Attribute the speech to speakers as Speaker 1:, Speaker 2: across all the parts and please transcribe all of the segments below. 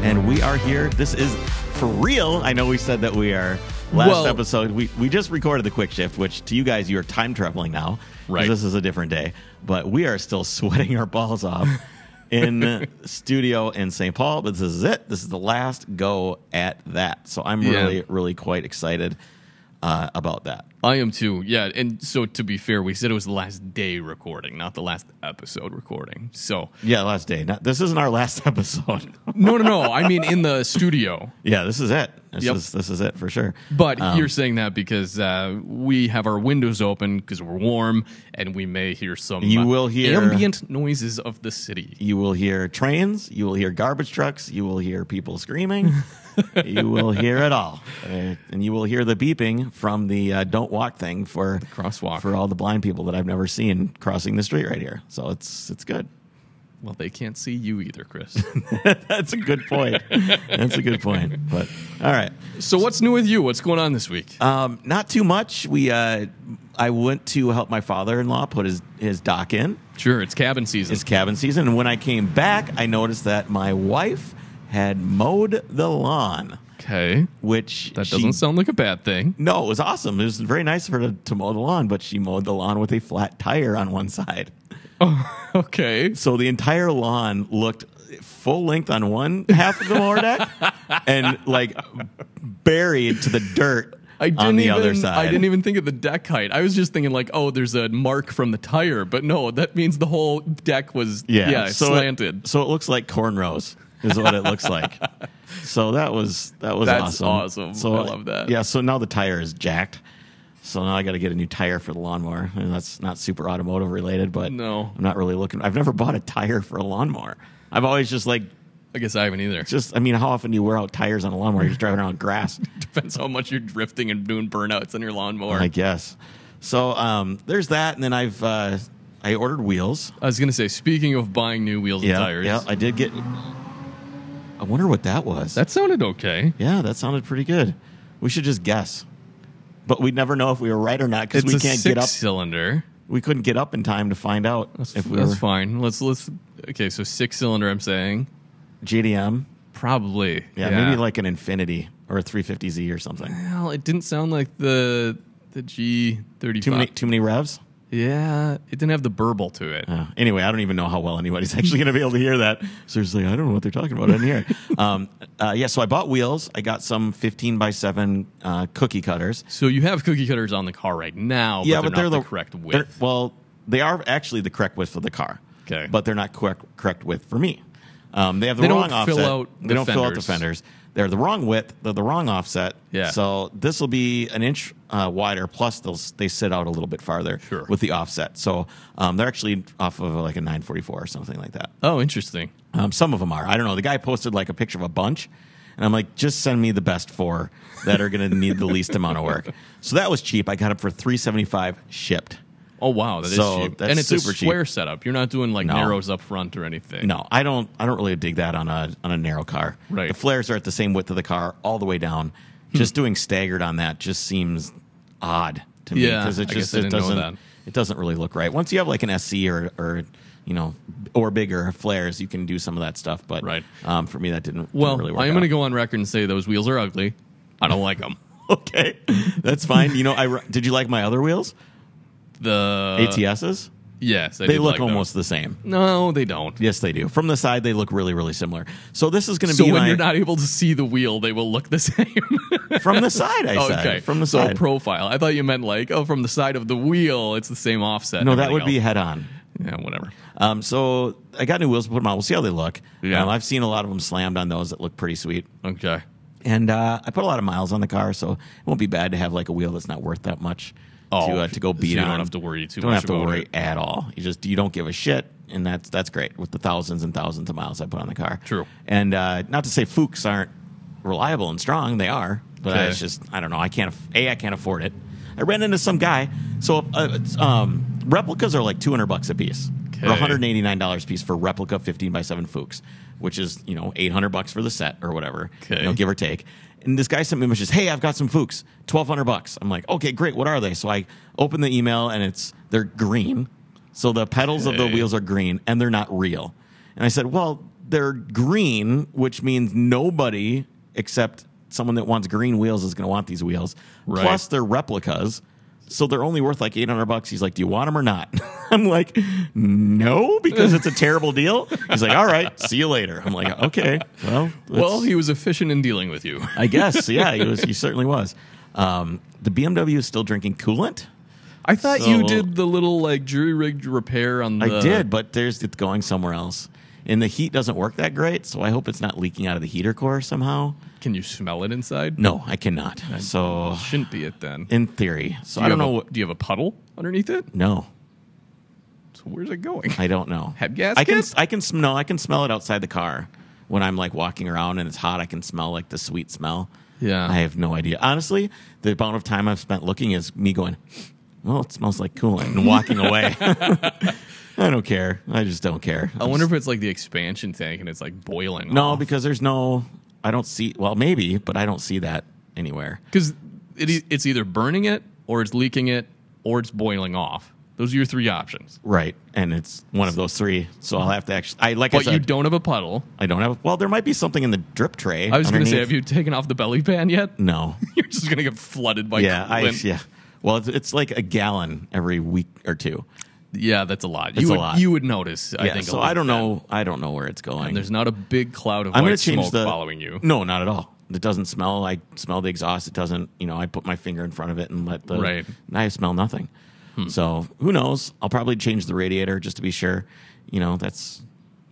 Speaker 1: and we are here. This is for real. I know we said that we are. Last
Speaker 2: Well-
Speaker 1: episode, we, we just recorded the quick shift, which to you guys, you are time traveling now. 'cause
Speaker 2: Right.
Speaker 1: This is a different day, but we are still sweating our balls off in studio in St. Paul. But this is it. This is the last go at that. So I'm
Speaker 2: Yeah.
Speaker 1: really, really quite excited uh, about that.
Speaker 2: I am too. Yeah, and so to be fair, we said it was the last day recording, not the last episode recording. So
Speaker 1: Yeah, last day. Not, this isn't our last episode.
Speaker 2: no, no, no. I mean in the studio.
Speaker 1: yeah, this is it. This
Speaker 2: Yep.
Speaker 1: is this is it for sure.
Speaker 2: But you're saying that because uh, we have our windows open because we're warm, and we may hear some.
Speaker 1: You
Speaker 2: uh,
Speaker 1: will hear-
Speaker 2: ambient noises of the city.
Speaker 1: you will hear trains, you will hear garbage trucks, you will hear people screaming, you will hear it all, Uh, and you will hear the beeping from the uh, "Don't Walk" thing for
Speaker 2: crosswalk.
Speaker 1: for all the blind people that I've never seen crossing the street right here. So it's it's good.
Speaker 2: Well, they can't see you either, Chris.
Speaker 1: That's a good point. That's a good point. But all right.
Speaker 2: so what's new with you? What's going on this week?
Speaker 1: Um, not too much. We uh, I went to help my father-in-law put his his dock in.
Speaker 2: sure, it's cabin season.
Speaker 1: It's cabin season, and when I came back, I noticed that my wife had mowed the lawn,
Speaker 2: okay,
Speaker 1: which
Speaker 2: that
Speaker 1: she-
Speaker 2: doesn't sound like a bad thing.
Speaker 1: No, it was awesome. It was very nice of her to, to mow the lawn, but she mowed the lawn with a flat tire on one side.
Speaker 2: Oh, okay.
Speaker 1: So the entire lawn looked full length on one half of the mower deck and like buried to the dirt
Speaker 2: I didn't
Speaker 1: on the
Speaker 2: even,
Speaker 1: other side.
Speaker 2: I didn't even think of the deck height. I was just thinking like, oh, there's a mark from the tire, but no, that means the whole deck was yeah,
Speaker 1: so it-
Speaker 2: slanted.
Speaker 1: so it looks like cornrows is what it looks like. So that was that was
Speaker 2: That's
Speaker 1: awesome.
Speaker 2: awesome. I love that.
Speaker 1: Yeah. So now the tire is jacked. So now I got to get a new tire for the lawnmower, and that's not super automotive related, but
Speaker 2: No.
Speaker 1: I'm not really looking. I've never bought a tire for a lawnmower. I've always just like
Speaker 2: I guess I haven't either.
Speaker 1: just. I mean, how often do you wear out tires on a lawnmower? You're just driving around grass.
Speaker 2: Depends how much you're drifting and doing burnouts on your lawnmower.
Speaker 1: I guess. So um, there's that, and then I've uh, I ordered wheels.
Speaker 2: I was gonna say, speaking of buying new wheels and tires,
Speaker 1: yeah. I did get. I wonder what that was.
Speaker 2: that sounded okay.
Speaker 1: Yeah, that sounded pretty good. We should just guess. But we'd never know if we were right or not because
Speaker 2: It's
Speaker 1: we
Speaker 2: a
Speaker 1: can't
Speaker 2: six
Speaker 1: get up.
Speaker 2: cylinder.
Speaker 1: We couldn't get up in time to find out
Speaker 2: That's,
Speaker 1: if we
Speaker 2: that's
Speaker 1: were
Speaker 2: fine. Let's let's okay. So six cylinder. I'm saying
Speaker 1: GDM.
Speaker 2: probably.
Speaker 1: Yeah, maybe like an Infinity or a 350Z or something.
Speaker 2: Well, it didn't sound like the the G thirty
Speaker 1: Too many,
Speaker 2: five.
Speaker 1: too many revs.
Speaker 2: Yeah, it didn't have the burble to it.
Speaker 1: Uh, anyway, I don't even know how well anybody's actually going to be able to hear that. Seriously, I don't know what they're talking about in here. Um, uh, yeah, so I bought wheels. I got some 15 by 7 uh, cookie cutters.
Speaker 2: So you have cookie cutters on the car right now.
Speaker 1: yeah,
Speaker 2: but they're, not
Speaker 1: the,
Speaker 2: the, correct
Speaker 1: they're-
Speaker 2: width.
Speaker 1: Well, they are actually the correct width for the car.
Speaker 2: Okay.
Speaker 1: but they're not correct correct width for me. Um, they have the
Speaker 2: They
Speaker 1: wrong
Speaker 2: don't
Speaker 1: offset.
Speaker 2: fill out
Speaker 1: they
Speaker 2: the
Speaker 1: don't fill out the fenders.
Speaker 2: fenders.
Speaker 1: They're the wrong width. They're the wrong offset.
Speaker 2: Yeah.
Speaker 1: So this will be an inch uh, wider. Plus, they'll s- they sit out a little bit farther
Speaker 2: Sure.
Speaker 1: with the offset. So um, they're actually off of like a 944 or something like that.
Speaker 2: oh, interesting.
Speaker 1: Um, some of them are. I don't know. The guy posted like a picture of a bunch, and I'm like, just send me the best four that are going to need the least amount of work. So that was cheap. I got it for 375 shipped.
Speaker 2: Oh wow, that is
Speaker 1: So
Speaker 2: cheap.
Speaker 1: that's
Speaker 2: and it's
Speaker 1: super
Speaker 2: a
Speaker 1: cheap.
Speaker 2: square setup. You're not doing like
Speaker 1: No.
Speaker 2: narrows up front or anything.
Speaker 1: No, I don't. I don't really dig that on a on a narrow car.
Speaker 2: Right. Hmm.
Speaker 1: The flares are at the same width of the car all the way down. Just doing staggered on that just seems odd to me
Speaker 2: Yeah,
Speaker 1: it
Speaker 2: I
Speaker 1: just
Speaker 2: guess I
Speaker 1: it
Speaker 2: didn't know that.
Speaker 1: doesn't it doesn't really look right. Once you have like an SC or or you know or bigger flares, you can do some of that stuff. But
Speaker 2: Right.
Speaker 1: um, for me, that didn't didn't
Speaker 2: Well,
Speaker 1: really work
Speaker 2: I'm
Speaker 1: out.
Speaker 2: going to go on record and say those wheels are ugly. I don't like them.
Speaker 1: Okay, that's fine. You know, I ri- did you like my other wheels?
Speaker 2: The
Speaker 1: ATSs?
Speaker 2: Yes, I
Speaker 1: They
Speaker 2: did
Speaker 1: look
Speaker 2: Uh, like them.
Speaker 1: almost the same.
Speaker 2: No, they don't.
Speaker 1: Yes, they do. From the side, they look really, really similar. So this is going to
Speaker 2: So
Speaker 1: be
Speaker 2: when
Speaker 1: my,
Speaker 2: you're not able to see the wheel, they will look the same.
Speaker 1: from the side. I said
Speaker 2: okay,
Speaker 1: from the
Speaker 2: so
Speaker 1: side.
Speaker 2: profile. I thought you meant like oh, from the side of the wheel, it's the same offset.
Speaker 1: no,
Speaker 2: and
Speaker 1: that would be
Speaker 2: everything
Speaker 1: head on.
Speaker 2: else. yeah, whatever.
Speaker 1: Um, so I got new wheels to put them on. We'll see how they look.
Speaker 2: Yeah.
Speaker 1: Um, I've seen a lot of them slammed on those that look pretty sweet.
Speaker 2: Okay,
Speaker 1: And uh, I put a lot of miles on the car, so it won't be bad to have like a wheel that's not worth that much
Speaker 2: Oh,
Speaker 1: to uh, to go
Speaker 2: so
Speaker 1: beat
Speaker 2: you don't
Speaker 1: on.
Speaker 2: have to worry too
Speaker 1: Don't
Speaker 2: much
Speaker 1: have to
Speaker 2: about
Speaker 1: worry
Speaker 2: it.
Speaker 1: at all. You just you don't give a shit, and that's that's great with the thousands and thousands of miles I put on the car.
Speaker 2: True.
Speaker 1: And uh, not to say Fuchs aren't reliable and strong, they are, but
Speaker 2: Okay.
Speaker 1: it's just I don't know. I can't aff- a I can't afford it. I ran into some guy. So uh, it's, um, replicas are like two hundred bucks a piece. Or
Speaker 2: Okay.
Speaker 1: 189 dollars piece for replica 15 by 7 Fuchs, which is you know 800 bucks for the set or whatever,
Speaker 2: Okay.
Speaker 1: you know, give or take. And this guy sent me images. Hey, I've got some Fuchs, 1200 bucks. I'm like, okay, great. What are they? So I open the email and it's they're green. So the pedals of the
Speaker 2: Okay.
Speaker 1: wheels are green and they're not real. And I said, well, they're green, which means nobody except someone that wants green wheels is going to want these wheels.
Speaker 2: Right.
Speaker 1: Plus, they're replicas, so they're only worth like eight hundred bucks. He's like, "Do you want them or not?" I'm like, "No," because it's a terrible deal. He's like, "All right, see you later." I'm like, "Okay, well,
Speaker 2: Well,
Speaker 1: let's-
Speaker 2: he was efficient in dealing with you.
Speaker 1: I guess, yeah, he was. He certainly was." Um, the BMW is still drinking coolant.
Speaker 2: I thought you
Speaker 1: So-
Speaker 2: did the little like jury rigged repair on the.
Speaker 1: I did, but there's it's going somewhere else. And the heat doesn't work that great, so I hope it's not leaking out of the heater core somehow.
Speaker 2: Can you smell it inside?
Speaker 1: No, I cannot. So
Speaker 2: Shouldn't be it then.
Speaker 1: in theory, so
Speaker 2: Do you
Speaker 1: I don't
Speaker 2: have
Speaker 1: know.
Speaker 2: A, do you have a puddle underneath it?
Speaker 1: wh- no,
Speaker 2: So where's it going?
Speaker 1: I don't know.
Speaker 2: Head
Speaker 1: I can.
Speaker 2: gasket?
Speaker 1: I can smell. No, I can smell it outside the car when I'm like walking around and it's hot. I can smell like the sweet smell.
Speaker 2: Yeah.
Speaker 1: I have no idea. Honestly, the amount of time I've spent looking is me going. Well, it smells like coolant and walking away. I don't care. I just don't care.
Speaker 2: I wonder if it's like the expansion tank and it's like boiling.
Speaker 1: No, because there's no. I don't see. Well, maybe, but I don't see that anywhere.
Speaker 2: because it, e- it's either burning it or it's leaking it or it's boiling off. Those are your three options.
Speaker 1: Right, and it's one of those three. So I'll have to actually. I like I
Speaker 2: But
Speaker 1: said,
Speaker 2: you don't have a puddle.
Speaker 1: I don't have. Well, there might be something in the drip tray.
Speaker 2: I was going to say,
Speaker 1: underneath.
Speaker 2: have you taken off the belly pan yet?
Speaker 1: No.
Speaker 2: You're just going to get flooded by
Speaker 1: yeah, I,
Speaker 2: coolant.
Speaker 1: yeah. Well, it's, it's like a gallon every week or two.
Speaker 2: Yeah, that's a lot. you
Speaker 1: a
Speaker 2: would,
Speaker 1: lot.
Speaker 2: You would notice. I
Speaker 1: Yeah,
Speaker 2: think. a
Speaker 1: so
Speaker 2: lot
Speaker 1: I don't
Speaker 2: then.
Speaker 1: know. I don't know where it's going.
Speaker 2: And there's not a big cloud of
Speaker 1: I'm going
Speaker 2: white
Speaker 1: to change
Speaker 2: smoke
Speaker 1: the
Speaker 2: following you.
Speaker 1: No, not at all. It doesn't smell. I smell the exhaust. It doesn't. You know, I put my finger in front of it and let the.
Speaker 2: Right. Hmm.
Speaker 1: and I smell nothing. So who knows? I'll probably change the radiator just to be sure. You know, that's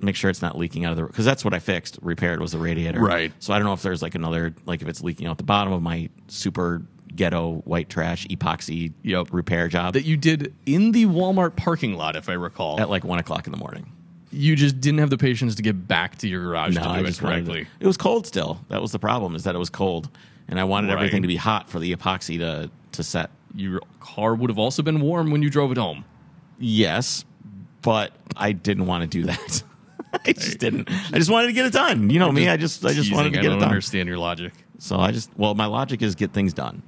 Speaker 1: make sure it's not leaking out of the because that's what I fixed. Repaired was the radiator.
Speaker 2: Right.
Speaker 1: So I don't know if there's like another like if it's leaking out the bottom of my super ghetto white trash epoxy
Speaker 2: Yep.
Speaker 1: repair job
Speaker 2: That you did in the Walmart parking lot, if I recall.
Speaker 1: at like one o'clock in the morning.
Speaker 2: you just didn't have the patience to get back to your garage
Speaker 1: No,
Speaker 2: to do
Speaker 1: I
Speaker 2: it
Speaker 1: just wanted
Speaker 2: correctly.
Speaker 1: to- it was cold still. That was the problem is that it was cold, and I wanted
Speaker 2: Right.
Speaker 1: everything to be hot for the epoxy to to set.
Speaker 2: Your car would have also been warm when you drove it home.
Speaker 1: Yes, but I didn't want to do that. I just didn't. I just wanted to get it done. You know me. I just I just wanted to
Speaker 2: Teasing,
Speaker 1: get
Speaker 2: I
Speaker 1: it
Speaker 2: don't
Speaker 1: done.
Speaker 2: understand your logic.
Speaker 1: So I just well, my logic is get things done.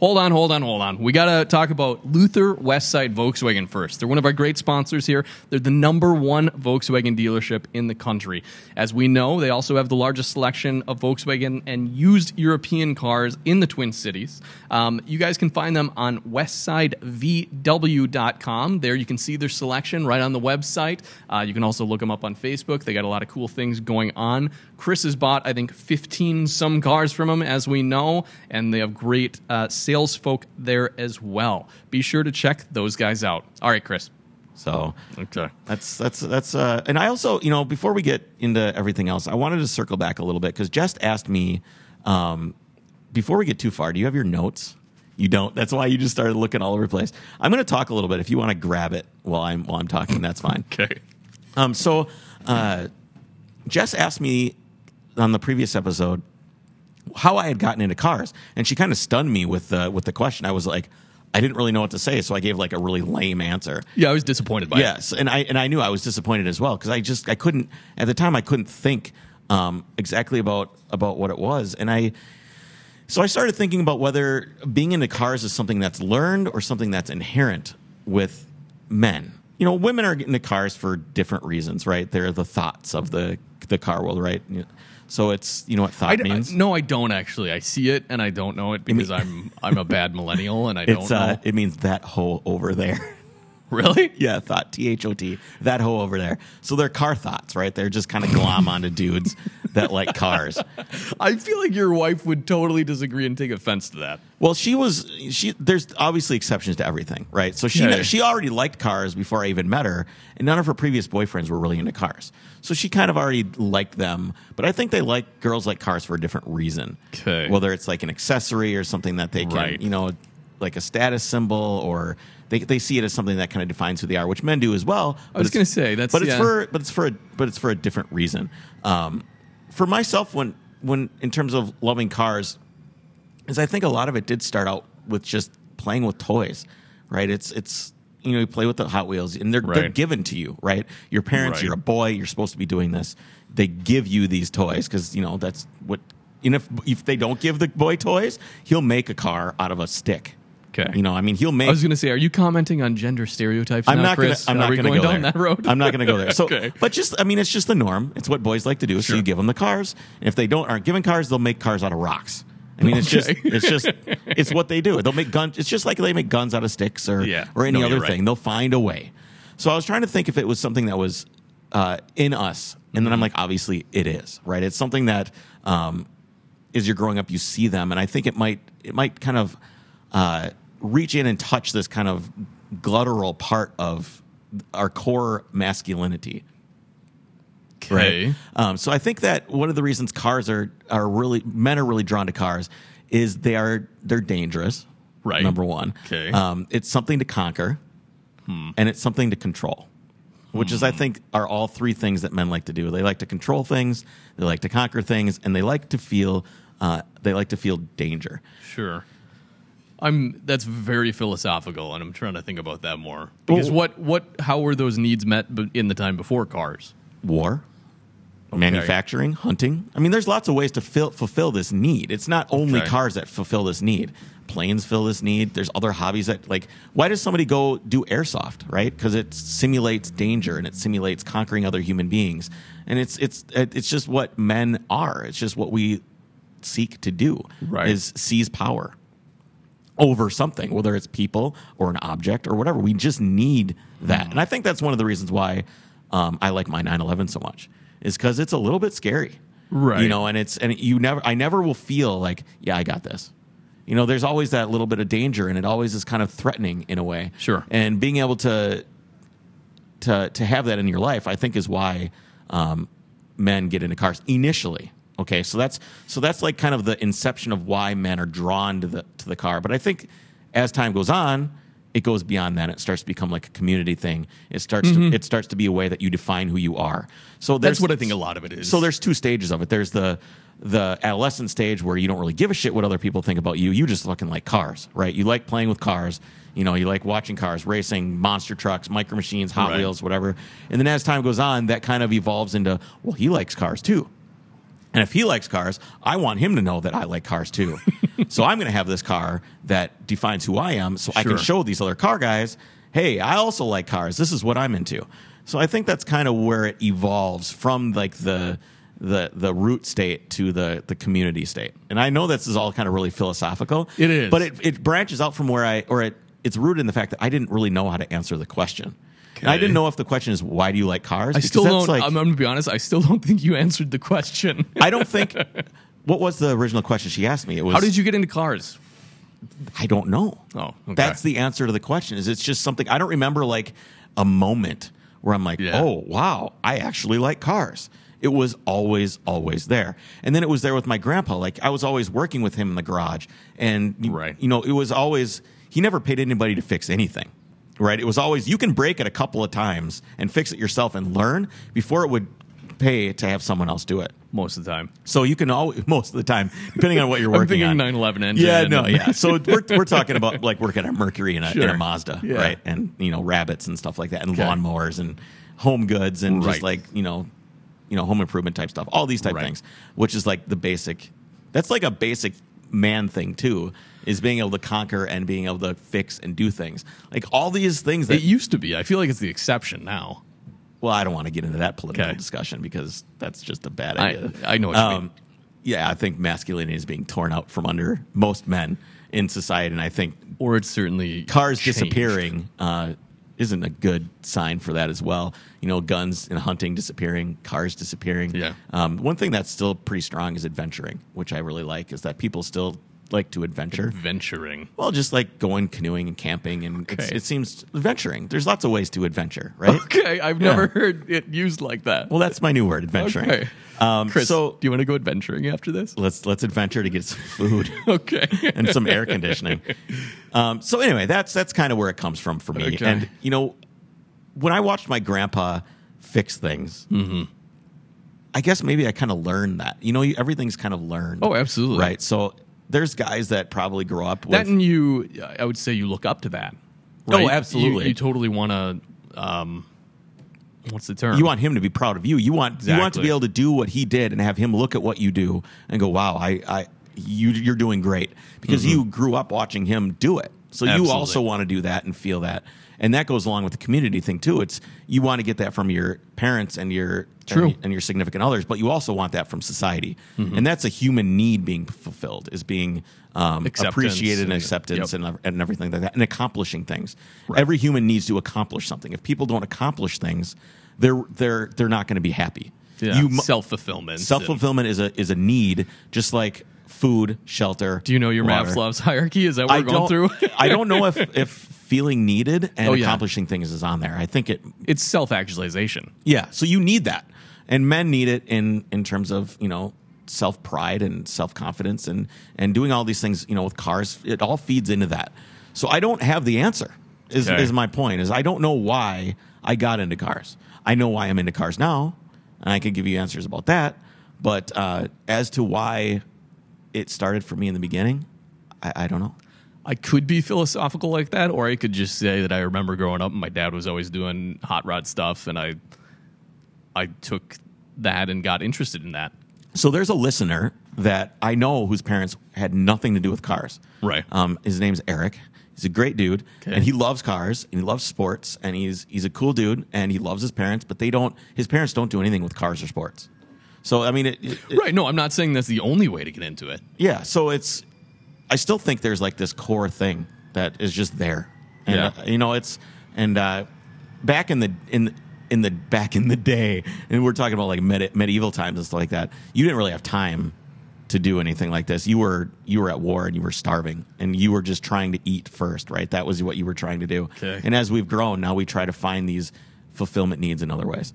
Speaker 2: Hold on, hold on, hold on. We got to talk about Luther Westside Volkswagen first. They're one of our great sponsors here. They're the number one Volkswagen dealership in the country. As we know, they also have the largest selection of Volkswagen and used European cars in the Twin Cities. Um, you guys can find them on westsidevw.com. There you can see their selection right on the website. Uh, you can also look them up on Facebook. They got a lot of cool things going on. Chris has bought, I think, 15 some cars from them, as we know, and they have great uh, sales folk there as well. Be sure to check those guys out. All right, Chris.
Speaker 1: So
Speaker 2: Okay.
Speaker 1: That's that's that's uh and I also, you know, before we get into everything else, I wanted to circle back a little bit cuz just asked me um before we get too far, do you have your notes? You don't. That's why you just started looking all over the place. I'm going to talk a little bit. If you want to grab it while I'm while I'm talking, that's fine.
Speaker 2: Okay.
Speaker 1: Um, so, uh, Jess asked me on the previous episode how I had gotten into cars, and she kind of stunned me with the with the question. I was like, I didn't really know what to say, so I gave like a really lame answer.
Speaker 2: Yeah, I was disappointed by it.
Speaker 1: Yes, and I and I knew I was disappointed as well because I just I couldn't at the time I couldn't think um, exactly about about what it was, and I so I started thinking about whether being into cars is something that's learned or something that's inherent with men. You know, women are into cars for different reasons, right? They're the thoughts of the the car world, right? So it's you know what thought
Speaker 2: I, d- I-
Speaker 1: means.
Speaker 2: no, I don't actually. I see it and I don't know it because I'm I'm a bad millennial and I don't
Speaker 1: it's uh,
Speaker 2: know.
Speaker 1: it means that hoe over there.
Speaker 2: Really?
Speaker 1: Yeah, thought T H O T that hoe over there. So they're car thoughts, right? They're just kind of glom onto dudes that like cars.
Speaker 2: I feel like your wife would totally disagree and take offense to that.
Speaker 1: Well, she was she. There's obviously exceptions to everything, right? So she
Speaker 2: Yeah, yeah.
Speaker 1: she already liked cars before I even met her, and none of her previous boyfriends were really into cars. So she kind of already liked them, but I think they like girls like cars for a different reason.
Speaker 2: 'Kay.
Speaker 1: Whether it's like an accessory or something that they can,
Speaker 2: Right.
Speaker 1: you know, like a status symbol, or they they see it as something that kind of defines who they are, which men do as well. but
Speaker 2: was
Speaker 1: it's-
Speaker 2: gonna say, that's-
Speaker 1: but it's
Speaker 2: yeah.
Speaker 1: for but it's for a, but it's for a different reason. Um, for myself, when when in terms of loving cars, is I think a lot of it did start out with just playing with toys, right? It's it's you know you play with the Hot Wheels and they're they're
Speaker 2: Right.
Speaker 1: given to you, right? Your parents,
Speaker 2: Right.
Speaker 1: you're a boy, you're supposed to be doing this. They give you these toys because you know that's what. And if if they don't give the boy toys, he'll make a car out of a stick.
Speaker 2: Okay.
Speaker 1: You know, I mean, he'll make.
Speaker 2: I was going to say, are you commenting on gender stereotypes?
Speaker 1: I'm
Speaker 2: now,
Speaker 1: not going
Speaker 2: Chris?
Speaker 1: to. I'm
Speaker 2: Are
Speaker 1: not
Speaker 2: we
Speaker 1: going to
Speaker 2: going
Speaker 1: go
Speaker 2: down
Speaker 1: there.
Speaker 2: that road.
Speaker 1: I'm not going to go there. So,
Speaker 2: Okay.
Speaker 1: but just I mean, it's just the norm. It's what boys like to do. So you give them the cars. And if they don't aren't given cars, they'll make cars out of rocks. I mean, it's
Speaker 2: Okay.
Speaker 1: just it's just it's what they do. They'll make guns. It's just like they make guns out of sticks or
Speaker 2: Yeah.
Speaker 1: or any
Speaker 2: No, you're
Speaker 1: other
Speaker 2: right.
Speaker 1: thing. They'll find a way. So I was trying to think if it was something that was uh, in us, and
Speaker 2: Mm-hmm.
Speaker 1: then I'm like, obviously it is, right? It's something that um, as you're growing up, you see them, and I think it might it might kind of uh, reach in and touch this kind of gluttural part of our core masculinity.
Speaker 2: Okay.
Speaker 1: Um, so I think that one of the reasons cars are are really men are really drawn to cars is they are they're dangerous.
Speaker 2: Right.
Speaker 1: Number one.
Speaker 2: Okay. Hmm.
Speaker 1: Um, it's something to conquer, and it's something to control, which is I think are all three things that men like to do. They like to control things, they like to conquer things, and they like to feel uh, they like to feel danger.
Speaker 2: Sure. I'm that's very philosophical and I'm trying to think about that more. Because
Speaker 1: Well-
Speaker 2: what what how were those needs met b- in the time before cars?
Speaker 1: war, manufacturing, hunting. I mean, there's lots of ways to fill, fulfill this need. It's not only
Speaker 2: Okay.
Speaker 1: cars that fulfill this need. Planes fill this need. There's other hobbies that like. Why does somebody go do airsoft? Right? Because it simulates danger and it simulates conquering other human beings. And it's it's it- it's just what men are. It's just what we seek to do.
Speaker 2: Right.
Speaker 1: Is seize power over something, whether it's people or an object or whatever. We just need that. And I think that's one of the reasons why um, I like my 911 so much is because it's a little bit scary.
Speaker 2: Right.
Speaker 1: You know, and it's, and you never, I never will feel like, yeah, I got this. You know, there's always that little bit of danger and it always is kind of threatening in a way.
Speaker 2: Sure.
Speaker 1: And being able to, to, to have that in your life, I think is why um, men get into cars initially. Okay, so that's so that's like kind of the inception of why men are drawn to the to the car. But I think as time goes on, it goes beyond that. It starts to become like a community thing. It starts to, it starts to be a way that you define who you are. So
Speaker 2: Mm-hmm. That's
Speaker 1: there's-
Speaker 2: what I think a lot of it is.
Speaker 1: So there's two stages of it. There's the the adolescent stage where you don't really give a shit what other people think about you. You just fucking like cars, right? You like playing with cars. You know, you like watching cars, racing, monster trucks, micro machines, Hot
Speaker 2: Right.
Speaker 1: Wheels, whatever. And then as time goes on, that kind of evolves into, well, he likes cars too. And if he likes cars, I want him to know that I like cars too. so I'm going to have this car that defines who I am so I can
Speaker 2: Sure.
Speaker 1: show these other car guys, hey, I also like cars. This is what I'm into. So I think that's kind of where it evolves from like the the the root state to the the community state. And I know this is all kind of really philosophical.
Speaker 2: It is.
Speaker 1: But it it branches out from where I or it it's rooted in the fact that I didn't really know how to answer the question. And I
Speaker 2: Okay.
Speaker 1: didn't know if the question is why do you like cars?
Speaker 2: I still don't I'm, I'm gonna be honest, I still don't think you answered the question.
Speaker 1: I don't think. What was the original question she asked me? It was.
Speaker 2: How did you get into cars?
Speaker 1: I don't know.
Speaker 2: Oh, okay.
Speaker 1: that's the answer to the question. Is it's just something I don't remember like a moment where I'm like,
Speaker 2: Yeah.
Speaker 1: oh wow, I actually like cars. It was always, always there. And then it was there with my grandpa. Like I was always working with him in the garage, and you-
Speaker 2: Right.
Speaker 1: you know, it was always he never paid anybody to fix anything. Right? It was always you can break it a couple of times and fix it yourself and learn before it would pay to have someone else do it.
Speaker 2: Most of the time.
Speaker 1: So you can always most of the time, depending on what you're working
Speaker 2: I'm thinking
Speaker 1: on.
Speaker 2: 911 engine.
Speaker 1: yeah, no,
Speaker 2: and- uh,
Speaker 1: yeah. So we're, we're talking about like working on Mercury and a, and
Speaker 2: Sure.
Speaker 1: a Mazda,
Speaker 2: Yeah.
Speaker 1: right? And you know rabbits and stuff like that, and lawnmowers and home goods and
Speaker 2: Right.
Speaker 1: just like you know, you know home improvement type stuff. All these type
Speaker 2: Right.
Speaker 1: things, which is like the basic. That's like a basic man thing too, is being able to conquer and being able to fix and do things. Like all these things that
Speaker 2: It used to be. I feel like it's the exception now.
Speaker 1: well, I don't want to get into that political
Speaker 2: Okay.
Speaker 1: discussion because that's just a bad
Speaker 2: I-
Speaker 1: idea. Um,
Speaker 2: I know what you mean.
Speaker 1: Yeah, I think masculinity is being torn out from under most men in society, and I think
Speaker 2: Or it's certainly
Speaker 1: cars
Speaker 2: changed.
Speaker 1: disappearing uh, isn't a good sign for that as well. You know, guns and hunting disappearing, cars disappearing.
Speaker 2: Yeah.
Speaker 1: Um, one thing that's still pretty strong is adventuring, which I really like, is that people still like to adventure.
Speaker 2: Mm-hmm. Venturing.
Speaker 1: Well, just like going canoeing and camping, and it's,
Speaker 2: Okay.
Speaker 1: it seems adventuring. There's lots of ways to adventure, right?
Speaker 2: Okay, I've never heard it used like that.
Speaker 1: Well, that's my new word, adventuring.
Speaker 2: Okay.
Speaker 1: Um,
Speaker 2: Chris,
Speaker 1: so
Speaker 2: do you want to go adventuring after this?
Speaker 1: let's let's adventure to get some food
Speaker 2: Okay.
Speaker 1: and some air conditioning. Um, so anyway, that's that's kind of where it comes from for me.
Speaker 2: Okay.
Speaker 1: And you know, when I watched my grandpa fix things,
Speaker 2: Mm-hmm.
Speaker 1: I guess maybe I kind of learned that. You know, you, everything's kind of learned.
Speaker 2: Oh, absolutely.
Speaker 1: Right. So there's guys that probably grow up with
Speaker 2: that and you, I would say you look up to that.
Speaker 1: Oh,
Speaker 2: You-
Speaker 1: absolutely.
Speaker 2: You, totally want to, um, what's the term?
Speaker 1: you want him to be proud of you. You want you want to
Speaker 2: Exactly.
Speaker 1: be able to do what he did and have him look at what you do and go, "Wow, I, I you you're doing great," because you grew up watching him do it. So you
Speaker 2: Mm-hmm. Absolutely.
Speaker 1: also want to do that and feel that. And that goes along with the community thing too. It's you want to get that from your parents and your
Speaker 2: True. Mm-hmm.
Speaker 1: and, and your significant others, but you also want that from society. And that's a human need being fulfilled is being um,
Speaker 2: Acceptance
Speaker 1: appreciated and
Speaker 2: and-
Speaker 1: acceptance
Speaker 2: yep.
Speaker 1: and, and everything like that and accomplishing things. Every human needs to accomplish something. If people don't accomplish things, they're they're they're not going to be happy.
Speaker 2: Yeah.
Speaker 1: You mu-
Speaker 2: self fulfillment.
Speaker 1: Self fulfillment is a is a need, just like food, shelter.
Speaker 2: Do you know your
Speaker 1: water.
Speaker 2: Maslow's hierarchy? Is that what
Speaker 1: I
Speaker 2: we're going
Speaker 1: don't.
Speaker 2: through?
Speaker 1: I don't know if if feeling needed and
Speaker 2: Oh, yeah.
Speaker 1: accomplishing things is on there. I think it.
Speaker 2: it's self actualization.
Speaker 1: Yeah. So you need that, and men need it in in terms of you know self pride and self confidence and and doing all these things. You know, with cars, it all feeds into that. So I don't have the answer. Is
Speaker 2: Okay.
Speaker 1: is my point? Is I don't know why I got into cars. I know why I'm into cars now, and I can give you answers about that. But uh, as to why it started for me in the beginning, I, I don't know.
Speaker 2: I could be philosophical like that, or I could just say that I remember growing up, and my dad was always doing hot rod stuff, and I, I took that and got interested in that.
Speaker 1: So there's a listener that I know whose parents had nothing to do with cars.
Speaker 2: Right.
Speaker 1: Um, his name's Eric. He's a great dude,
Speaker 2: Okay.
Speaker 1: and he loves cars and he loves sports, and he's he's a cool dude, and he loves his parents, but they don't. His parents don't do anything with cars or sports. So I mean, it, it- it-
Speaker 2: Right? No, I'm not saying that's the only way to get into it.
Speaker 1: yeah. So it's. I still think there's like this core thing that is just there, and
Speaker 2: Yeah.
Speaker 1: uh, you know it's and uh, back in the in in the back in the day, and we're talking about like medi- medieval times and stuff like that. You didn't really have time to do anything like this. You were you were at war and you were starving, and you were just trying to eat first, right? That was what you were trying to do.
Speaker 2: Okay.
Speaker 1: And as we've grown, now we try to find these fulfillment needs in other ways.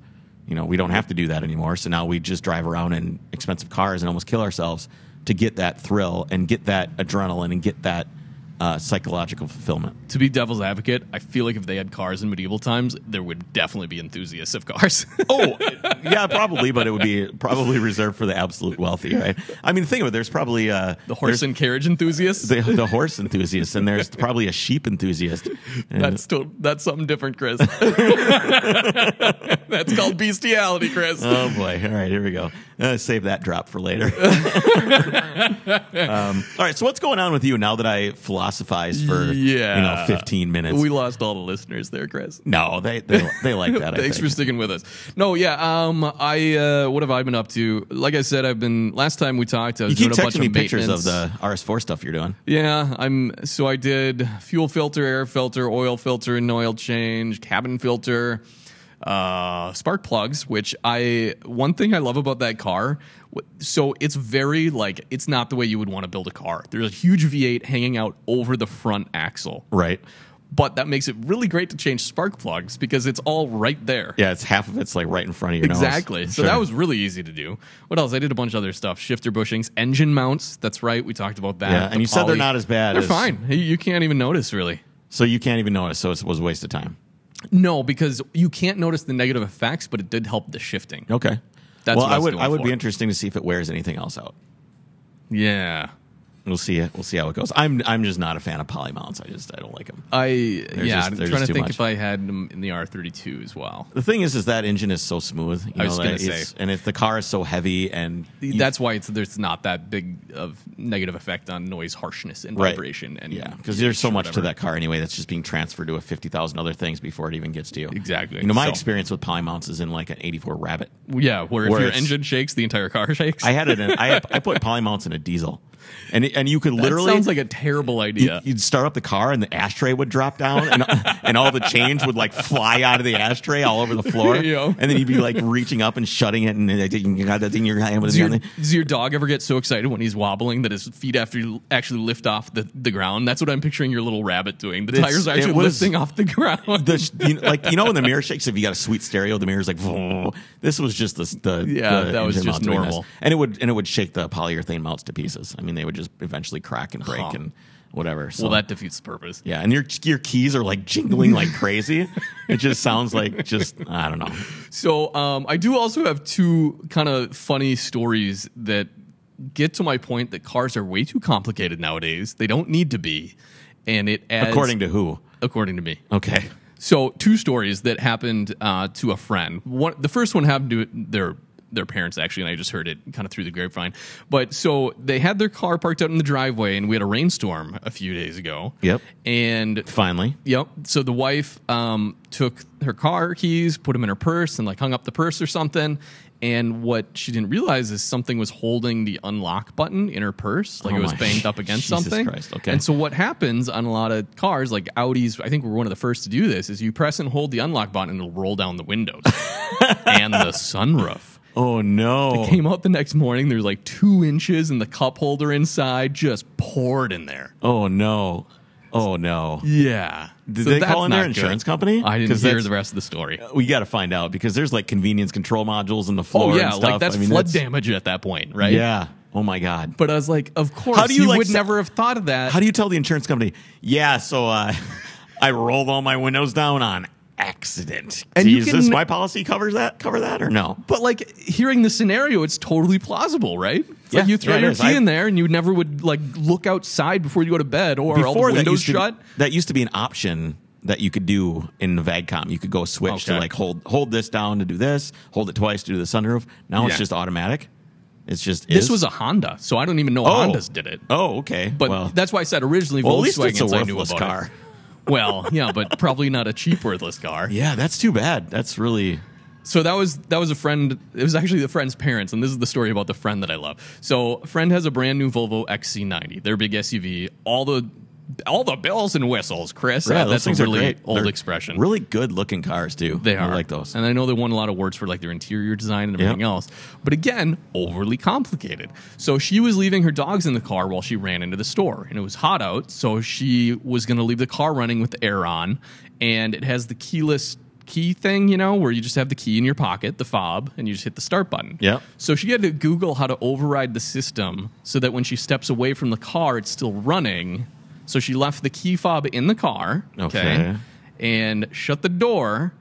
Speaker 1: You know, we don't have to do that anymore. So now we just drive around in expensive cars and almost kill ourselves to get that thrill and get that adrenaline and get that uh, psychological fulfillment.
Speaker 2: To be devil's advocate, I feel like if they had cars in medieval times, there would definitely be enthusiasts of cars.
Speaker 1: Oh, yeah, probably, but it would be probably reserved for the absolute wealthy, right? I mean, think of it. There's probably uh,
Speaker 2: the horse and carriage enthusiasts.
Speaker 1: there's the, the horse enthusiast, and there's probably a sheep enthusiast. And-
Speaker 2: that's to- that's something different, Chris. that's called bestiality, Chris.
Speaker 1: oh boy! All right, here we go. Uh, save that drop for later. um, all right, so what's going on with you now that I philosophized for you know
Speaker 2: Yeah.
Speaker 1: 15 minutes?
Speaker 2: we lost all the listeners there, Chris.
Speaker 1: no, they they, they like that. I
Speaker 2: Thanks for
Speaker 1: think.
Speaker 2: sticking with us. No, yeah. Um, I uh, what have I been up to? Like I said, I've been. Last time we talked, I was
Speaker 1: you keep
Speaker 2: doing a bunch
Speaker 1: texting me
Speaker 2: of
Speaker 1: pictures of
Speaker 2: maintenance.
Speaker 1: the RS4 stuff you're doing.
Speaker 2: Yeah, I'm. So I did fuel filter, air filter, oil filter, and oil change, cabin filter, uh, spark plugs. Which I one thing I love about that car. w- So it's very like it's not the way you would want to build a car. There's a huge V8 hanging out over the front axle.
Speaker 1: Right.
Speaker 2: But that makes it really great to change spark plugs because it's all right there.
Speaker 1: Yeah, it's half of it's like right in front of your nose.
Speaker 2: Exactly. So
Speaker 1: Sure.
Speaker 2: that was really easy to do. What else? I did a bunch of other stuff. Shifter bushings, engine mounts. That's right. We talked about that.
Speaker 1: Yeah, and
Speaker 2: The
Speaker 1: you said they're
Speaker 2: poly-
Speaker 1: not as bad
Speaker 2: They're
Speaker 1: as-
Speaker 2: fine. You- You can't even notice really.
Speaker 1: So you can't even notice. So it was a waste of time.
Speaker 2: No, because you can't notice the negative effects, but it did help the shifting.
Speaker 1: Okay.
Speaker 2: That's
Speaker 1: well,
Speaker 2: what I
Speaker 1: I
Speaker 2: was
Speaker 1: would.
Speaker 2: going
Speaker 1: I would
Speaker 2: for.
Speaker 1: be interesting to see if it wears anything else out.
Speaker 2: Yeah.
Speaker 1: We'll see. It. We'll see how it goes. I'm. I'm just not a fan of poly mounts. I just. I don't like them.
Speaker 2: I yeah,
Speaker 1: just-
Speaker 2: I'm
Speaker 1: they're
Speaker 2: trying
Speaker 1: just
Speaker 2: to
Speaker 1: too
Speaker 2: think
Speaker 1: much.
Speaker 2: if I had them in the R32 as well.
Speaker 1: The thing is, is that engine is so smooth. You
Speaker 2: I was
Speaker 1: know,
Speaker 2: gonna
Speaker 1: that it's-
Speaker 2: say.
Speaker 1: and if the car is so heavy, and you-
Speaker 2: That's why it's there's not that big of negative effect on noise harshness and
Speaker 1: Right.
Speaker 2: vibration and
Speaker 1: yeah, because there's so much to
Speaker 2: whatever.
Speaker 1: that car anyway that's just being transferred to a fifty thousand other things before it even gets to you.
Speaker 2: Exactly.
Speaker 1: You know, my
Speaker 2: So-
Speaker 1: experience with poly mounts is in like an '84 Rabbit.
Speaker 2: yeah, where if
Speaker 1: Where
Speaker 2: your
Speaker 1: it's-
Speaker 2: engine shakes, the entire car shakes.
Speaker 1: I had it. In, I had, I put poly mounts in a diesel, and it- and you could
Speaker 2: That
Speaker 1: literally
Speaker 2: sounds like a terrible idea.
Speaker 1: You'd start up the car and the ashtray would drop down and, and all the change would like fly out of the ashtray all over the floor.
Speaker 2: Yeah.
Speaker 1: And then you'd be like reaching up and shutting it and then you got that thing in your hand with
Speaker 2: Does
Speaker 1: the
Speaker 2: your,
Speaker 1: other.
Speaker 2: does your dog ever get so excited when he's wobbling that his feet after actually lift off the, the ground? That's what I'm picturing your little rabbit doing. The
Speaker 1: It's-
Speaker 2: tires are
Speaker 1: it
Speaker 2: actually
Speaker 1: was-
Speaker 2: lifting off the ground.
Speaker 1: The, sh- you know, like you know when the mirror shakes if you got a sweet stereo the mirror's like vroom. this was just the, the
Speaker 2: Yeah,
Speaker 1: the
Speaker 2: that was
Speaker 1: engine
Speaker 2: just
Speaker 1: mount doing this.
Speaker 2: normal.
Speaker 1: and it would and it would shake the polyurethane mounts to pieces I mean they would just eventually crack and break
Speaker 2: Huh.
Speaker 1: and whatever so
Speaker 2: well, that defeats the purpose.
Speaker 1: yeah and your your keys are like jingling like crazy it just sounds like just I don't know
Speaker 2: So um, I do also have two kind of funny stories that get to my point that cars are way too complicated nowadays. They don't need to be, and it adds
Speaker 1: according to who
Speaker 2: according to me.
Speaker 1: okay
Speaker 2: So two stories that happened uh, to a friend. One, the first one happened to their their parents actually, and I just heard it kind of through the grapevine. But so they had their car parked out in the driveway, and we had a rainstorm a few days ago.
Speaker 1: Yep.
Speaker 2: And
Speaker 1: Finally,
Speaker 2: Yep. So the wife um, took her car keys, put them in her purse, and like hung up the purse or something. And what she didn't realize is something was holding the unlock button in her purse, like
Speaker 1: Oh
Speaker 2: it was
Speaker 1: my-
Speaker 2: banged up against
Speaker 1: Jesus
Speaker 2: something.
Speaker 1: Christ, okay.
Speaker 2: And so what happens on a lot of cars, like Audis, I think we're one of the first to do this, is you press and hold the unlock button, and it'll roll down the windows and the sunroof.
Speaker 1: oh no,
Speaker 2: Came out the next morning. There's like two inches, and the cup holder inside just poured in there.
Speaker 1: oh no, oh no.
Speaker 2: Yeah.
Speaker 1: Did
Speaker 2: So
Speaker 1: they
Speaker 2: that's
Speaker 1: call in their
Speaker 2: not good.
Speaker 1: insurance company?
Speaker 2: I didn't
Speaker 1: 'Cause
Speaker 2: hear
Speaker 1: that's-
Speaker 2: the rest of the story.
Speaker 1: We got to find out because there's like convenience control modules in the floor.
Speaker 2: Oh yeah,
Speaker 1: and stuff.
Speaker 2: like that's
Speaker 1: I mean,
Speaker 2: flood
Speaker 1: that's-
Speaker 2: damage at that point, right?
Speaker 1: Yeah. Oh my god.
Speaker 2: But I was like, of course,
Speaker 1: How do you, like,
Speaker 2: would
Speaker 1: sa-
Speaker 2: never have thought of that.
Speaker 1: How do you tell the insurance company? Yeah, so uh, I rolled all my windows down on accident.
Speaker 2: And you
Speaker 1: Does this
Speaker 2: can-
Speaker 1: my policy covers that? Cover that or no?
Speaker 2: but like hearing the scenario, it's totally plausible, right? It's
Speaker 1: Yeah,
Speaker 2: like you throw
Speaker 1: yeah, it
Speaker 2: your
Speaker 1: is.
Speaker 2: key
Speaker 1: I-
Speaker 2: in there, and you never would like look outside before you go to bed, or all the windows
Speaker 1: used to be-
Speaker 2: shut.
Speaker 1: that used to be an option that you could do in the VAGCOM. You could go switch to
Speaker 2: Okay.
Speaker 1: like hold hold this down to do this, hold it twice to do the sunroof. Now
Speaker 2: Yeah.
Speaker 1: it's just automatic. It's just
Speaker 2: This
Speaker 1: is.
Speaker 2: was a Honda, so I don't even know
Speaker 1: Oh.
Speaker 2: Hondas did it.
Speaker 1: oh okay,
Speaker 2: But
Speaker 1: well,
Speaker 2: that's why I said originally
Speaker 1: well,
Speaker 2: Volkswagen.
Speaker 1: at least it's a
Speaker 2: I knew
Speaker 1: worthless
Speaker 2: about
Speaker 1: car.
Speaker 2: It. Well, yeah, but probably not a cheap worthless car.
Speaker 1: Yeah, that's too bad. That's really
Speaker 2: so that was that was a friend it was actually the friend's parents and this is the story about the friend that i love so a friend has a brand new volvo xc90 their big suv all the all the bells and whistles chris
Speaker 1: yeah.
Speaker 2: Uh,
Speaker 1: those
Speaker 2: that's
Speaker 1: things
Speaker 2: a
Speaker 1: are
Speaker 2: really
Speaker 1: great.
Speaker 2: old
Speaker 1: They're
Speaker 2: expression
Speaker 1: Really good looking cars too.
Speaker 2: they are
Speaker 1: I like those.
Speaker 2: and i know they won a lot of awards for like their interior design and everything
Speaker 1: Yep.
Speaker 2: else but again overly complicated so she was leaving her dogs in the car while she ran into the store and it was hot out so she was going to leave the car running with the air on and it has the keyless key thing you know where you just have the key in your pocket the fob and you just hit the start button
Speaker 1: Yep.
Speaker 2: so she had to google how to override the system so that when she steps away from the car it's still running so she left the key fob in the car
Speaker 1: Okay.
Speaker 2: and shut the door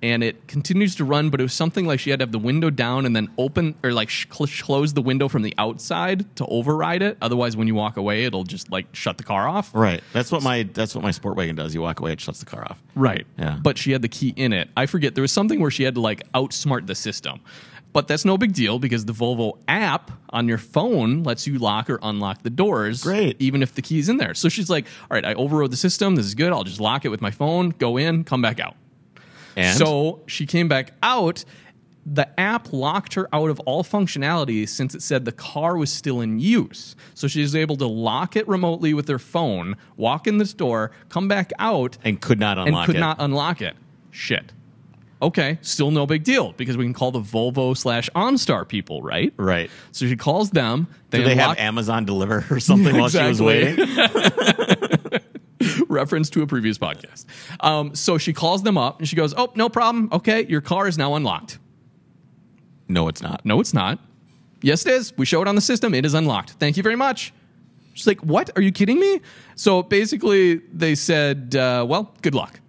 Speaker 2: and it continues to run but it was something like she had to have the window down and then open or like sh- cl- close the window from the outside to override it otherwise when you walk away it'll just like shut the car off
Speaker 1: Right. That's what my that's what my sport wagon does. You walk away, it shuts the car off.
Speaker 2: Right.
Speaker 1: Yeah.
Speaker 2: But she had the key in it. I forget. There was something where she had to like outsmart the system. But that's no big deal because the Volvo app on your phone lets you lock or unlock the doors.
Speaker 1: Great.
Speaker 2: Even if the key's in there. So she's like, all right, I overrode the system. This is good. I'll just lock it with my phone, go in, come back out.
Speaker 1: And
Speaker 2: So she came back out. The app locked her out of all functionality since it said the car was still in use. So she was able to lock it remotely with her phone, walk in the store, come back out,
Speaker 1: and could not
Speaker 2: and
Speaker 1: unlock
Speaker 2: could
Speaker 1: it.
Speaker 2: not unlock it. Shit. Okay, still no big deal because we can call the Volvo slash OnStar people, right?
Speaker 1: right.
Speaker 2: So she calls them. They,
Speaker 1: Do they have
Speaker 2: unlock
Speaker 1: Amazon deliver or something while she was
Speaker 2: Exactly.
Speaker 1: waiting?
Speaker 2: reference to a previous podcast. Um, so she calls them up and she goes, "Oh, no problem. Okay, your car is now unlocked."
Speaker 1: No, it's not.
Speaker 2: No, it's not. Yes, it is. We show it on the system. It is unlocked. Thank you very much. She's like, what? Are you kidding me? So basically, they said, uh, well, good luck.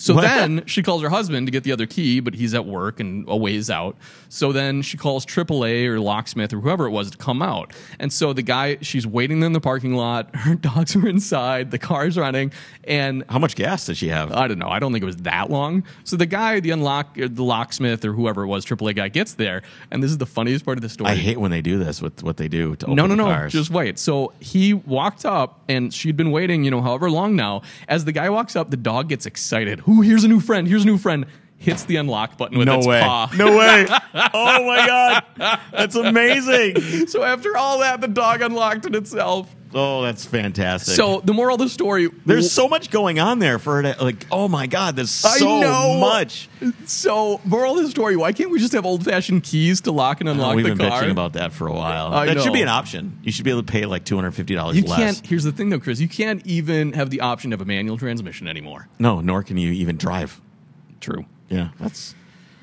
Speaker 2: So
Speaker 1: What?
Speaker 2: then she calls her husband to get the other key, but he's at work and a ways out. So then she calls AAA or locksmith or whoever it was to come out. And so the guy, she's waiting in the parking lot. Her dogs are inside. The car's running. And
Speaker 1: How much gas does she have?
Speaker 2: I don't know. I don't think it was that long. So the guy, the unlock, or the locksmith, or whoever it was, AAA guy gets there, and this is the funniest part of the story.
Speaker 1: I hate when they do this with what they do to open
Speaker 2: no,
Speaker 1: the
Speaker 2: no, no.
Speaker 1: cars.
Speaker 2: Just wait. So he walked up, and she'd been waiting, you know, however long now. As the guy walks up, the dog gets excited. Who? Here's a new friend. Here's a new friend. Hits the unlock button with
Speaker 1: no
Speaker 2: its
Speaker 1: way.
Speaker 2: paw.
Speaker 1: No way. Oh my god. That's amazing.
Speaker 2: So after all that, the dog unlocked it itself.
Speaker 1: Oh, that's fantastic.
Speaker 2: So the moral of the story.
Speaker 1: there's so much going on there for it. Like, oh my god, there's
Speaker 2: I
Speaker 1: so
Speaker 2: know.
Speaker 1: much.
Speaker 2: So moral of the story. Why can't we just have old fashioned keys to lock and unlock
Speaker 1: We've
Speaker 2: the
Speaker 1: been
Speaker 2: car?
Speaker 1: bitching about that for a while.
Speaker 2: I
Speaker 1: that
Speaker 2: know.
Speaker 1: should be an option. You should be able to pay like two hundred fifty dollars
Speaker 2: You
Speaker 1: less.
Speaker 2: can't. Here's the thing, though, Chris. You can't even have the option of a manual transmission anymore.
Speaker 1: No, nor can you even drive.
Speaker 2: True.
Speaker 1: Yeah, that's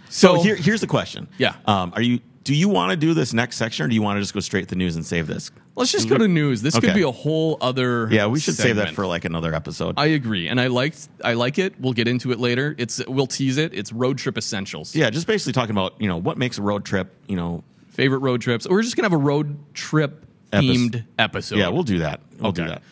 Speaker 2: So,
Speaker 1: So here, here's the question.
Speaker 2: Oh, Yeah.
Speaker 1: Um, are you? Do you want to do this next section, or do you want to just go straight to the news and save this?
Speaker 2: let's just go to news. This could
Speaker 1: Okay.
Speaker 2: be a whole other.
Speaker 1: Yeah, we should save that
Speaker 2: segment.
Speaker 1: for like another episode.
Speaker 2: I agree, and I liked. I like it. We'll get into it later. It's we'll tease it. It's road trip essentials.
Speaker 1: yeah, just basically talking about you know what makes a road trip. You know,
Speaker 2: Favorite road trips. We're just gonna have a road trip
Speaker 1: Epis-
Speaker 2: themed episode.
Speaker 1: yeah, we'll do that. We'll do
Speaker 2: Okay.
Speaker 1: that.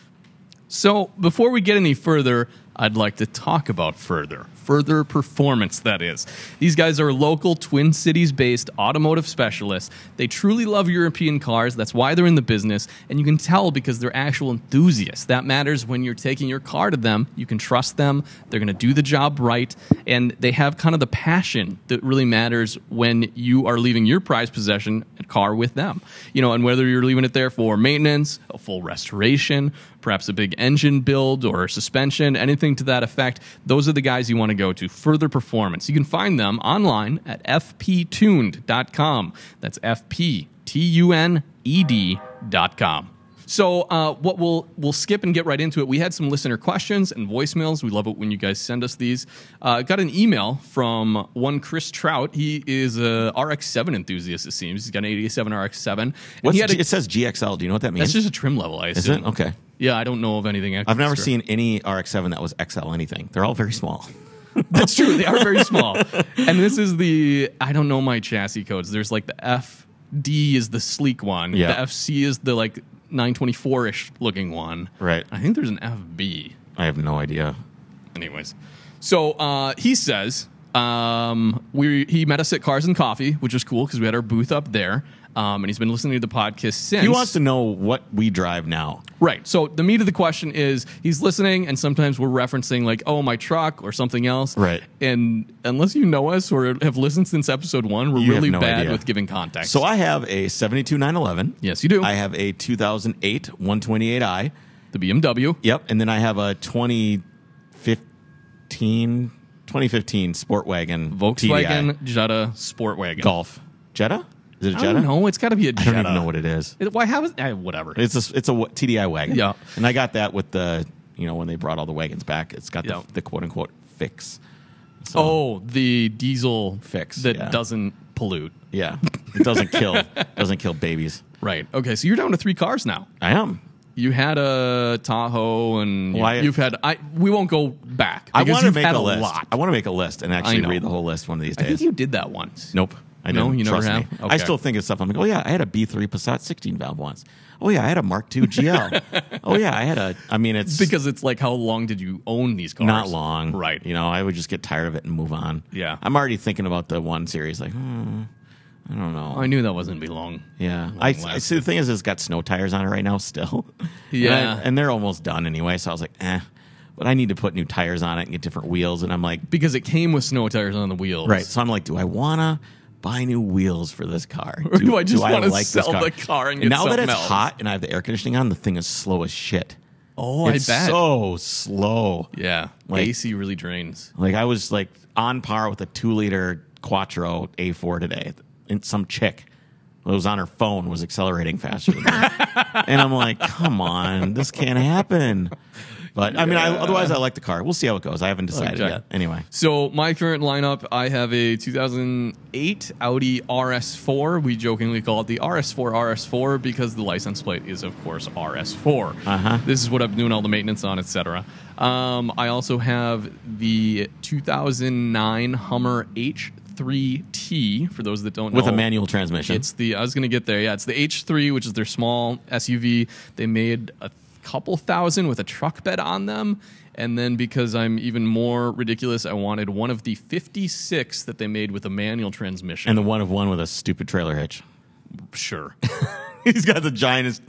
Speaker 2: So before we get any further, I'd like to talk about further. Further Performance, that is. These guys are local Twin Cities based automotive specialists. They truly love European cars. That's why they're in the business. And you can tell because they're actual enthusiasts. That matters when you're taking your car to them. You can trust them. They're going to do the job right. And they have kind of the passion that really matters when you are leaving your prized possession at car with them. You know, and whether you're leaving it there for maintenance, a full restoration, perhaps a big engine build or suspension, anything to that effect, those are the guys you want to go to. Further performance. You can find them online at fptuned.com. That's E F-P-T-U-N-E-D.com. So, uh, what we'll we'll skip and get right into it. We had some listener questions and voicemails. We love it when you guys send us these. Uh, got an email from one Chris Trout. He is a RX-7 enthusiast. It seems he's got an 87 RX-7. And
Speaker 1: What's
Speaker 2: he had
Speaker 1: G-
Speaker 2: a-
Speaker 1: it says GXL. Do you know what that means?
Speaker 2: that's just a trim level, I
Speaker 1: Is
Speaker 2: assume.
Speaker 1: it? Okay.
Speaker 2: Yeah, I don't know of anything.
Speaker 1: I've never seen any RX-7 that was XL anything. They're all very small.
Speaker 2: That's true. They are very small. And this is the I don't know my chassis codes. There's like the FD is the sleek one.
Speaker 1: Yeah.
Speaker 2: The FC is the like 924-ish looking one.
Speaker 1: Right.
Speaker 2: I think there's an FB.
Speaker 1: I have no idea.
Speaker 2: Anyways, so uh, he says um, we he met us at Cars and Coffee, which was cool because we had our booth up there. Um, and he's been listening to the podcast since.
Speaker 1: He wants to know what we drive now.
Speaker 2: Right. So the meat of the question is he's listening, and sometimes we're referencing like, "Oh, my truck" or something else.
Speaker 1: Right.
Speaker 2: And unless you know us or have listened since episode one, we're
Speaker 1: You have
Speaker 2: really
Speaker 1: no
Speaker 2: bad
Speaker 1: idea.
Speaker 2: with giving context.
Speaker 1: So I have a 72 911.
Speaker 2: yes, you do.
Speaker 1: I have a 2008 128i.
Speaker 2: the BMW.
Speaker 1: Yep. And then I have a 2015, 2015 Sport Wagon. TDI.
Speaker 2: Volkswagen Jetta Sportwagen.
Speaker 1: Golf. Jetta? Is it a
Speaker 2: I
Speaker 1: Jetta?
Speaker 2: don't know. It's got to be a
Speaker 1: I
Speaker 2: Jetta.
Speaker 1: don't even know what it is.
Speaker 2: It, why? How is? eh, whatever.
Speaker 1: It's a, it's a wa- TDI wagon.
Speaker 2: Yeah.
Speaker 1: And I got that with the, you know, when they brought all the wagons back, it's got
Speaker 2: Yeah.
Speaker 1: the, the quote unquote fix. So,
Speaker 2: oh, the diesel
Speaker 1: Fix,
Speaker 2: that
Speaker 1: yeah.
Speaker 2: doesn't pollute.
Speaker 1: Yeah. It doesn't kill. doesn't kill babies.
Speaker 2: Right. Okay. So you're down to three cars now.
Speaker 1: I am.
Speaker 2: You had a Tahoe, and you,
Speaker 1: Why-
Speaker 2: have had. I. We won't go back.
Speaker 1: I want
Speaker 2: because
Speaker 1: to
Speaker 2: you've
Speaker 1: make
Speaker 2: had
Speaker 1: a list.
Speaker 2: lot.
Speaker 1: I want to make a list and actually
Speaker 2: know.
Speaker 1: read the whole list one of these
Speaker 2: I think
Speaker 1: days.
Speaker 2: you did that once.
Speaker 1: Nope. I
Speaker 2: No,
Speaker 1: don't.
Speaker 2: you never
Speaker 1: Trust
Speaker 2: have?
Speaker 1: Me.
Speaker 2: Okay.
Speaker 1: I still think of stuff. I'm like, oh yeah, I had a B3 Passat 16 valve once. Oh yeah, I had a Mark II GL. oh yeah, I had a. I mean, it's
Speaker 2: Because it's like, how long did you own these cars?
Speaker 1: not long,
Speaker 2: Right.
Speaker 1: You know, I would just get tired of it and move on.
Speaker 2: Yeah.
Speaker 1: I'm already thinking about the one series. Like, hmm, I don't know.
Speaker 2: I knew that wasn't be long.
Speaker 1: yeah, I, I
Speaker 2: lasting.
Speaker 1: see. The thing is, it's got snow tires on it right now still. And
Speaker 2: Yeah.
Speaker 1: I- and they're almost done anyway. So I was like, eh. But I need to put new tires on it and get different wheels. And I'm like,
Speaker 2: Because it came with snow tires on the wheels.
Speaker 1: Right. So I'm like, do I want to buy new wheels for this car?
Speaker 2: Or do I just wanna sell the car and get
Speaker 1: now that
Speaker 2: something
Speaker 1: it's
Speaker 2: else?
Speaker 1: hot and I have the air conditioning on, the thing is slow as shit.
Speaker 2: Oh,
Speaker 1: it's
Speaker 2: I bet.
Speaker 1: so slow.
Speaker 2: yeah.
Speaker 1: Like-
Speaker 2: AC really drains.
Speaker 1: Like I was like on par with a two liter Quattro A4 today, and some chick who was on her phone was accelerating faster than me. and I'm like, come on, this can't happen. But I mean, I,
Speaker 2: Yeah.
Speaker 1: otherwise, I like the car. We'll see how it goes. I haven't decided
Speaker 2: Okay.
Speaker 1: yet. Anyway,
Speaker 2: So my current lineup, I have a 2008 Audi RS4. We jokingly call it the RS4 RS4 because the license plate is, of course, RS4.
Speaker 1: Uh-huh.
Speaker 2: This is what I'm doing all the maintenance on, etc. Um, I also have the 2009 Hummer H3T. For those that don't
Speaker 1: with
Speaker 2: know,
Speaker 1: a manual transmission.
Speaker 2: It's the I was gonna get there. Yeah, it's the H3, which is their small SUV. They made a couple thousand with a truck bed on them, and then because I'm even more ridiculous, I wanted one of the 56 that they made with a manual transmission.
Speaker 1: and the one of one with a stupid trailer hitch.
Speaker 2: sure,
Speaker 1: He's got the giantest,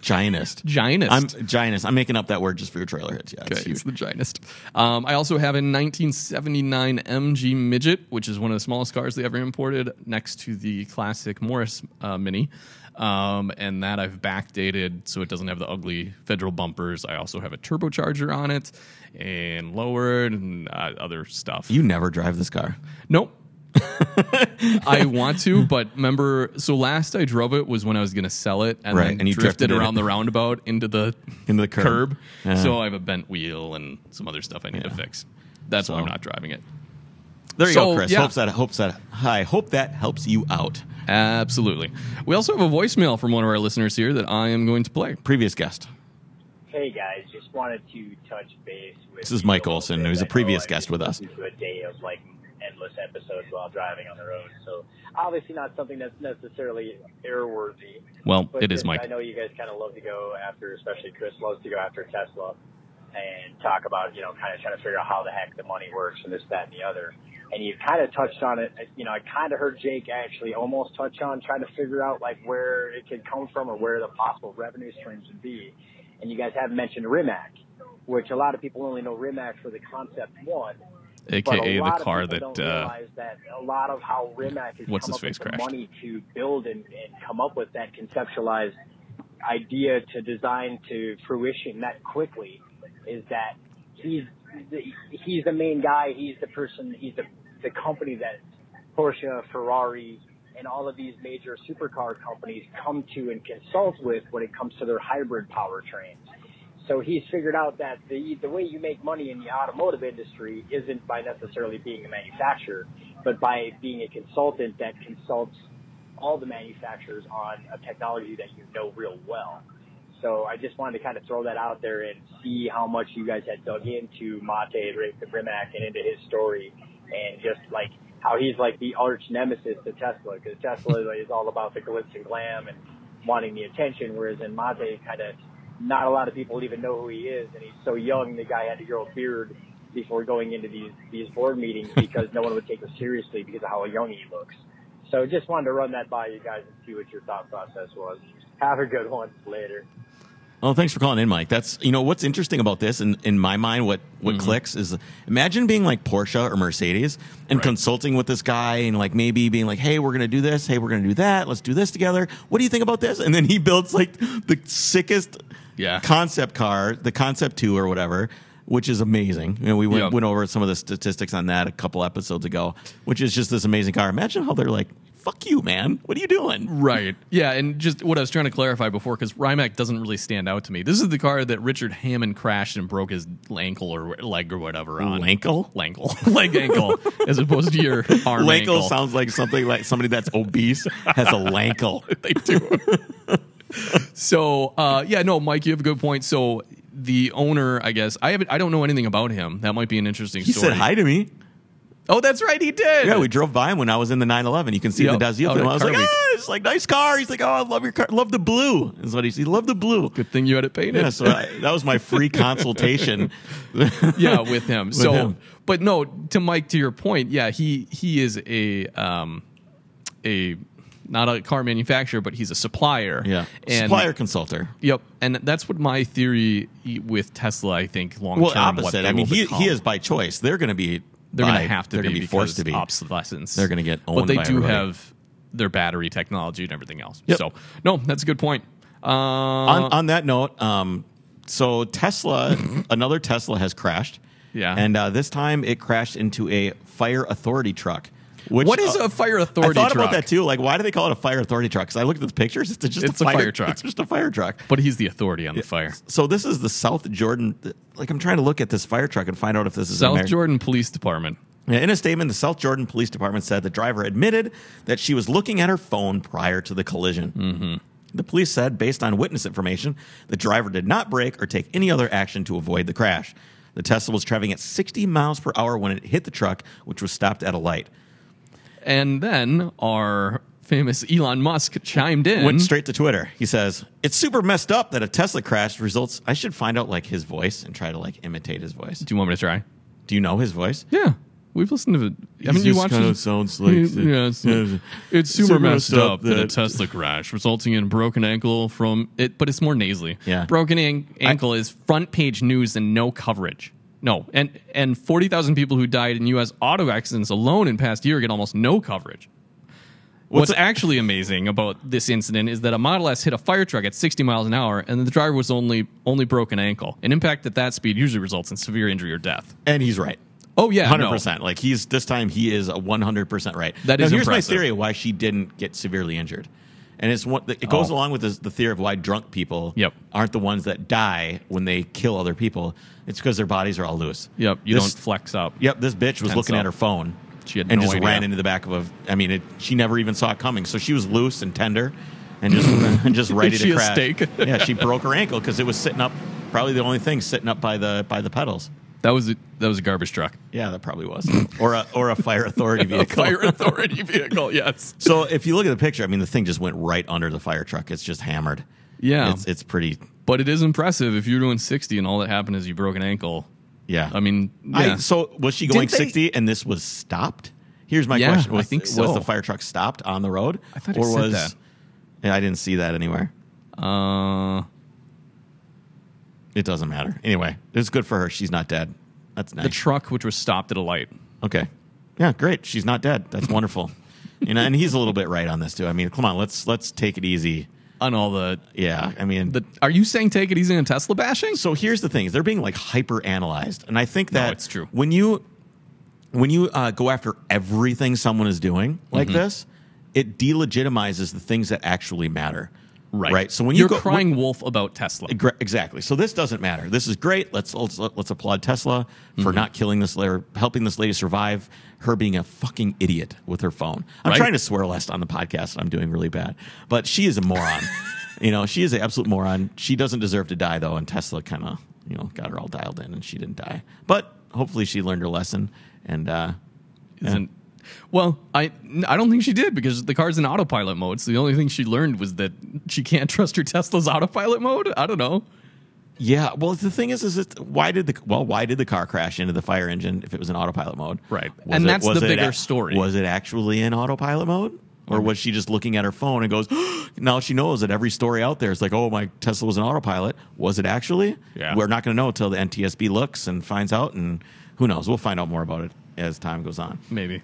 Speaker 1: giantest,
Speaker 2: giantest.
Speaker 1: I'm giantest. I'm making up that word just for your trailer hits. Yeah, it's
Speaker 2: Okay, it's
Speaker 1: huge.
Speaker 2: the giantest. Um, I also have a 1979 MG Midget, which is one of the smallest cars they ever imported, next to the classic Morris uh, Mini. Um, and that I've backdated so it doesn't have the ugly federal bumpers. I also have a turbocharger on it and lowered and uh, other stuff.
Speaker 1: You never drive this car.
Speaker 2: Nope. I want to, but remember, so last I drove it was when I was going to sell it, and
Speaker 1: Right,
Speaker 2: then
Speaker 1: and you
Speaker 2: drifted,
Speaker 1: drifted in
Speaker 2: around
Speaker 1: it.
Speaker 2: the roundabout into the
Speaker 1: Into the curb. Uh-huh. Yeah.
Speaker 2: So I have a bent wheel and some other stuff I need to fix. That's why I'm
Speaker 1: So-
Speaker 2: not driving it.
Speaker 1: There you
Speaker 2: So,
Speaker 1: go, Chris.
Speaker 2: yeah.
Speaker 1: Hopes that hopes that I hope that helps you out.
Speaker 2: Absolutely. We also have a voicemail from one of our listeners here that I am going to play.
Speaker 1: Previous guest.
Speaker 3: Hey guys, just wanted to touch base with.
Speaker 1: This is
Speaker 3: you
Speaker 1: Mike
Speaker 3: a little
Speaker 1: Olson,
Speaker 3: bit.
Speaker 1: who's a
Speaker 3: I know
Speaker 1: previous
Speaker 3: I
Speaker 1: guest
Speaker 3: just
Speaker 1: with us.
Speaker 3: listened To a day of like endless episodes while driving on the road, so obviously not something that's necessarily airworthy.
Speaker 2: Well,
Speaker 3: But
Speaker 2: it is
Speaker 3: just-
Speaker 2: Mike.
Speaker 3: I know you guys kind of love to go after, especially Chris loves to go after Tesla, and talk about, you know, kind of trying to figure out how the heck the money works and this, that, and the other. And you kind of touched on it. You know, I kind of heard Jake actually almost touch on trying to figure out like where it could come from or where the possible revenue streams would be. And you guys haven't mentioned Rimac, which a lot of people only know Rimac for the concept one. But
Speaker 2: AKA
Speaker 3: a
Speaker 2: the
Speaker 3: lot of
Speaker 2: car
Speaker 3: people
Speaker 2: that.
Speaker 3: don't
Speaker 2: Uh,
Speaker 3: realize that a lot of how Rimac has
Speaker 2: What's
Speaker 3: come
Speaker 2: his
Speaker 3: up with
Speaker 2: face crashed?
Speaker 3: the money to build and, and come up with that conceptualized idea to design to fruition that quickly is that he's the, he's the main guy. He's the person. He's the the company that Porsche, Ferrari, and all of these major supercar companies come to and consult with when it comes to their hybrid powertrains. So he's figured out that the the way you make money in the automotive industry isn't by necessarily being a manufacturer, but by being a consultant that consults all the manufacturers on a technology that you know real well. So I just wanted to kind of throw that out there and see how much you guys had dug into Mate Rick- Rimac and into his story and just like how he's like the arch nemesis to Tesla because Tesla is all about the glitz and glam and wanting the attention, whereas in Mate kind of not a lot of people even know who he is and he's so young the guy had to grow a beard before going into these these board meetings because no one would take him seriously because of how young he looks. So just wanted to run that by you guys and see what your thought process was. Have a good one later.
Speaker 1: Well, Oh, thanks for calling in, Mike. That's you know what's interesting about this, and in my mind, what what
Speaker 2: Mm-hmm.
Speaker 1: clicks is imagine being like Porsche or Mercedes and
Speaker 2: Right.
Speaker 1: consulting with this guy, and like maybe being like, "Hey, we're gonna do this. Hey, we're gonna do that. Let's do this together. What do you think about this?" And then he builds like the sickest
Speaker 2: Yeah.
Speaker 1: concept car, the concept two or whatever, which is amazing. You know, we went
Speaker 2: Yep.
Speaker 1: went over some of the statistics on that a couple episodes ago, which is just this amazing car. Imagine how they're like, "Fuck you, man. What are you doing?"
Speaker 2: Right. Yeah, and just what I was trying to clarify before, because Rimac doesn't really stand out to me. This is the car that Richard Hammond crashed and broke his ankle or leg or whatever on.
Speaker 1: Lankle?
Speaker 2: Ankle. Leg ankle, as opposed to your arm
Speaker 1: Lankle
Speaker 2: ankle.
Speaker 1: sounds like something like somebody that's obese has a lankle.
Speaker 2: they do. so uh, yeah, no, Mike, you have a good point. So the owner, I guess, I haven't, I don't know anything about him. That might be an interesting
Speaker 1: He
Speaker 2: story.
Speaker 1: said hi to me.
Speaker 2: Oh, that's right, he did.
Speaker 1: Yeah, we drove by him when I was in the 911. You can see
Speaker 2: Yep.
Speaker 1: the Daziel
Speaker 2: Out
Speaker 1: film.
Speaker 2: at
Speaker 1: I was
Speaker 2: Car
Speaker 1: like,
Speaker 2: Week.
Speaker 1: ah, it's like nice car. He's like, oh, I love your car. Love the blue. Is what he said. Love the blue.
Speaker 2: Good thing you had it painted.
Speaker 1: Yeah, so I, that was my free consultation.
Speaker 2: yeah, with him. so,
Speaker 1: him.
Speaker 2: but no, to Mike, to your point, yeah, he he is a um, a not a car manufacturer, but he's a supplier.
Speaker 1: yeah,
Speaker 2: and,
Speaker 1: supplier consulter.
Speaker 2: Yep, and that's what my theory with Tesla. I think long
Speaker 1: Well,
Speaker 2: term.
Speaker 1: opposite. I mean, he, he is by choice. They're going to be.
Speaker 2: They're going
Speaker 1: by-
Speaker 2: to have to.
Speaker 1: They're
Speaker 2: be
Speaker 1: going to be forced to
Speaker 2: because
Speaker 1: be.
Speaker 2: obsolescence.
Speaker 1: They're gonna get
Speaker 2: But
Speaker 1: owned
Speaker 2: they
Speaker 1: by
Speaker 2: do
Speaker 1: everybody.
Speaker 2: have their battery technology and everything else.
Speaker 1: Yep.
Speaker 2: So no, that's a good point. Uh,
Speaker 1: on, on that note, um, so Tesla, another Tesla has crashed.
Speaker 2: Yeah.
Speaker 1: And uh, this time it crashed into a fire authority truck. Which,
Speaker 2: what is
Speaker 1: uh,
Speaker 2: a fire authority?
Speaker 1: I thought
Speaker 2: truck?
Speaker 1: about that too. Like, why do they call it a fire authority truck? Because I looked at the pictures. It's just
Speaker 2: It's
Speaker 1: a,
Speaker 2: a
Speaker 1: fire,
Speaker 2: fire truck.
Speaker 1: It's just a fire truck.
Speaker 2: But he's the authority on the fire.
Speaker 1: So this is the South Jordan. Like, I'm trying to look at this fire truck and find out if this is
Speaker 2: South
Speaker 1: American.
Speaker 2: Jordan Police Department.
Speaker 1: Yeah, in a statement, the South Jordan Police Department said the driver admitted that she was looking at her phone prior to the collision. Mm-hmm. The police said, based on witness information, the driver did not brake or take any other action to avoid the crash. The Tesla was traveling at 60 miles per hour when it hit the truck, which was stopped at a light.
Speaker 2: And then our famous Elon Musk chimed in.
Speaker 1: Went straight to Twitter. He says, "It's super messed up that a Tesla crash results." I should find out like his voice and try to like imitate his voice.
Speaker 2: Do you want me to try?
Speaker 1: Do you know his voice?
Speaker 2: Yeah. We've listened to it. I mean,
Speaker 4: He's
Speaker 2: you
Speaker 4: just
Speaker 2: watch
Speaker 4: kind
Speaker 2: it.
Speaker 4: of sounds like the-
Speaker 2: yeah, it's,
Speaker 4: yeah,
Speaker 2: it's
Speaker 4: super
Speaker 2: super messed
Speaker 4: messed
Speaker 2: up,
Speaker 4: up
Speaker 2: that a
Speaker 4: that-
Speaker 2: Tesla crash resulting in broken ankle from it, but it's more nasally.
Speaker 1: Yeah.
Speaker 2: broken an- ankle is front page news and no coverage. No, and and forty thousand people who died in U.S. auto accidents alone in past year get almost no coverage. What's, actually amazing about this incident is that a Model S hit a fire truck at 60 miles an hour, and the driver was only only broken ankle. An impact at that speed usually results in severe injury or death.
Speaker 1: And he's right.
Speaker 2: Oh yeah,
Speaker 1: hundred
Speaker 2: no.
Speaker 1: percent. Like he's this time, he is a one hundred percent right.
Speaker 2: That
Speaker 1: now,
Speaker 2: is
Speaker 1: here's
Speaker 2: impressive.
Speaker 1: my theory why she didn't get severely injured, and it's one. It goes
Speaker 2: Oh.
Speaker 1: along with this, the theory of why drunk people
Speaker 2: Yep.
Speaker 1: aren't the ones that die when they kill other people. It's because their bodies are all loose.
Speaker 2: Yep, you
Speaker 1: This-
Speaker 2: don't flex up.
Speaker 1: Yep, this bitch was
Speaker 2: Tense
Speaker 1: looking
Speaker 2: up.
Speaker 1: at her phone.
Speaker 2: She had
Speaker 1: and
Speaker 2: no
Speaker 1: just
Speaker 2: idea.
Speaker 1: ran into the back of a. I mean, it, she never even saw it coming. So she was loose and tender, and just and just ready
Speaker 2: She
Speaker 1: to
Speaker 2: a
Speaker 1: crash.
Speaker 2: steak?
Speaker 1: yeah, she broke her ankle because it was sitting up. Probably the only thing sitting up by the by the pedals.
Speaker 2: That was a, that was a garbage truck.
Speaker 1: Yeah, that probably was, or a or a fire authority
Speaker 2: A
Speaker 1: vehicle.
Speaker 2: fire authority vehicle. Yes.
Speaker 1: So if you look at the picture, I mean, the thing just went right under the fire truck. It's just hammered.
Speaker 2: Yeah.
Speaker 1: it's, it's pretty
Speaker 2: But it is impressive if you're doing 60 and all that happened is you broke an ankle.
Speaker 1: Yeah.
Speaker 2: I mean,
Speaker 1: I-
Speaker 2: yeah.
Speaker 1: so was she going
Speaker 2: Didn't they-
Speaker 1: 60 and this was stopped? Here's my
Speaker 2: Yeah,
Speaker 1: question.
Speaker 2: I
Speaker 1: Was,
Speaker 2: think so.
Speaker 1: Was the fire truck stopped on the road?
Speaker 2: I thought it said that.
Speaker 1: Yeah, I didn't see that anywhere.
Speaker 2: uh,
Speaker 1: It doesn't matter. Anyway, it's good for her. She's not dead. That's
Speaker 2: the
Speaker 1: nice.
Speaker 2: truck, which was stopped at a light.
Speaker 1: okay. Yeah, great. She's not dead. That's wonderful. You know, and he's a little bit right on this too. I mean, come on, let's let's take it easy.
Speaker 2: On all the,
Speaker 1: Yeah. I mean,
Speaker 2: the are you saying take it easy on Tesla bashing?
Speaker 1: so here's the thing is they're being like hyper analyzed and i think that
Speaker 2: it's true.
Speaker 1: when you when you uh, go after everything someone is doing like
Speaker 2: Mm-hmm.
Speaker 1: this it delegitimizes the things that actually matter right so when
Speaker 2: you're
Speaker 1: you go,
Speaker 2: crying wolf about Tesla,
Speaker 1: Gre- Exactly. So this doesn't matter. This is great. Let's let's, let's applaud Tesla for not killing this or helping this lady survive. Her being a fucking idiot with her phone. I'm
Speaker 2: Right.
Speaker 1: trying to swear less on the podcast. and I'm doing really bad, but she is a moron. you know, she is an absolute moron. She doesn't deserve to die though, and Tesla kind of you know got her all dialed in, and she didn't die. But hopefully, she learned her lesson. And uh,
Speaker 2: isn't? Well, I I don't think she did because the car's in autopilot mode. So the only thing she learned was that she can't trust her Tesla's autopilot mode. I don't know.
Speaker 1: yeah, well, the thing is, is it why did the well why did the car crash into the fire engine if it was in autopilot mode?
Speaker 2: Right.
Speaker 1: Was
Speaker 2: And
Speaker 1: it-
Speaker 2: that's
Speaker 1: was
Speaker 2: the
Speaker 1: it
Speaker 2: bigger story.
Speaker 1: Was it actually in autopilot mode? Or was she just looking at her phone and goes, now she knows that every story out there is like, oh, my Tesla was an autopilot. Was it actually?
Speaker 2: Yeah.
Speaker 1: We're not going to know until the NTSB looks and finds out. And who knows? We'll find out more about it as time goes on.
Speaker 2: Maybe.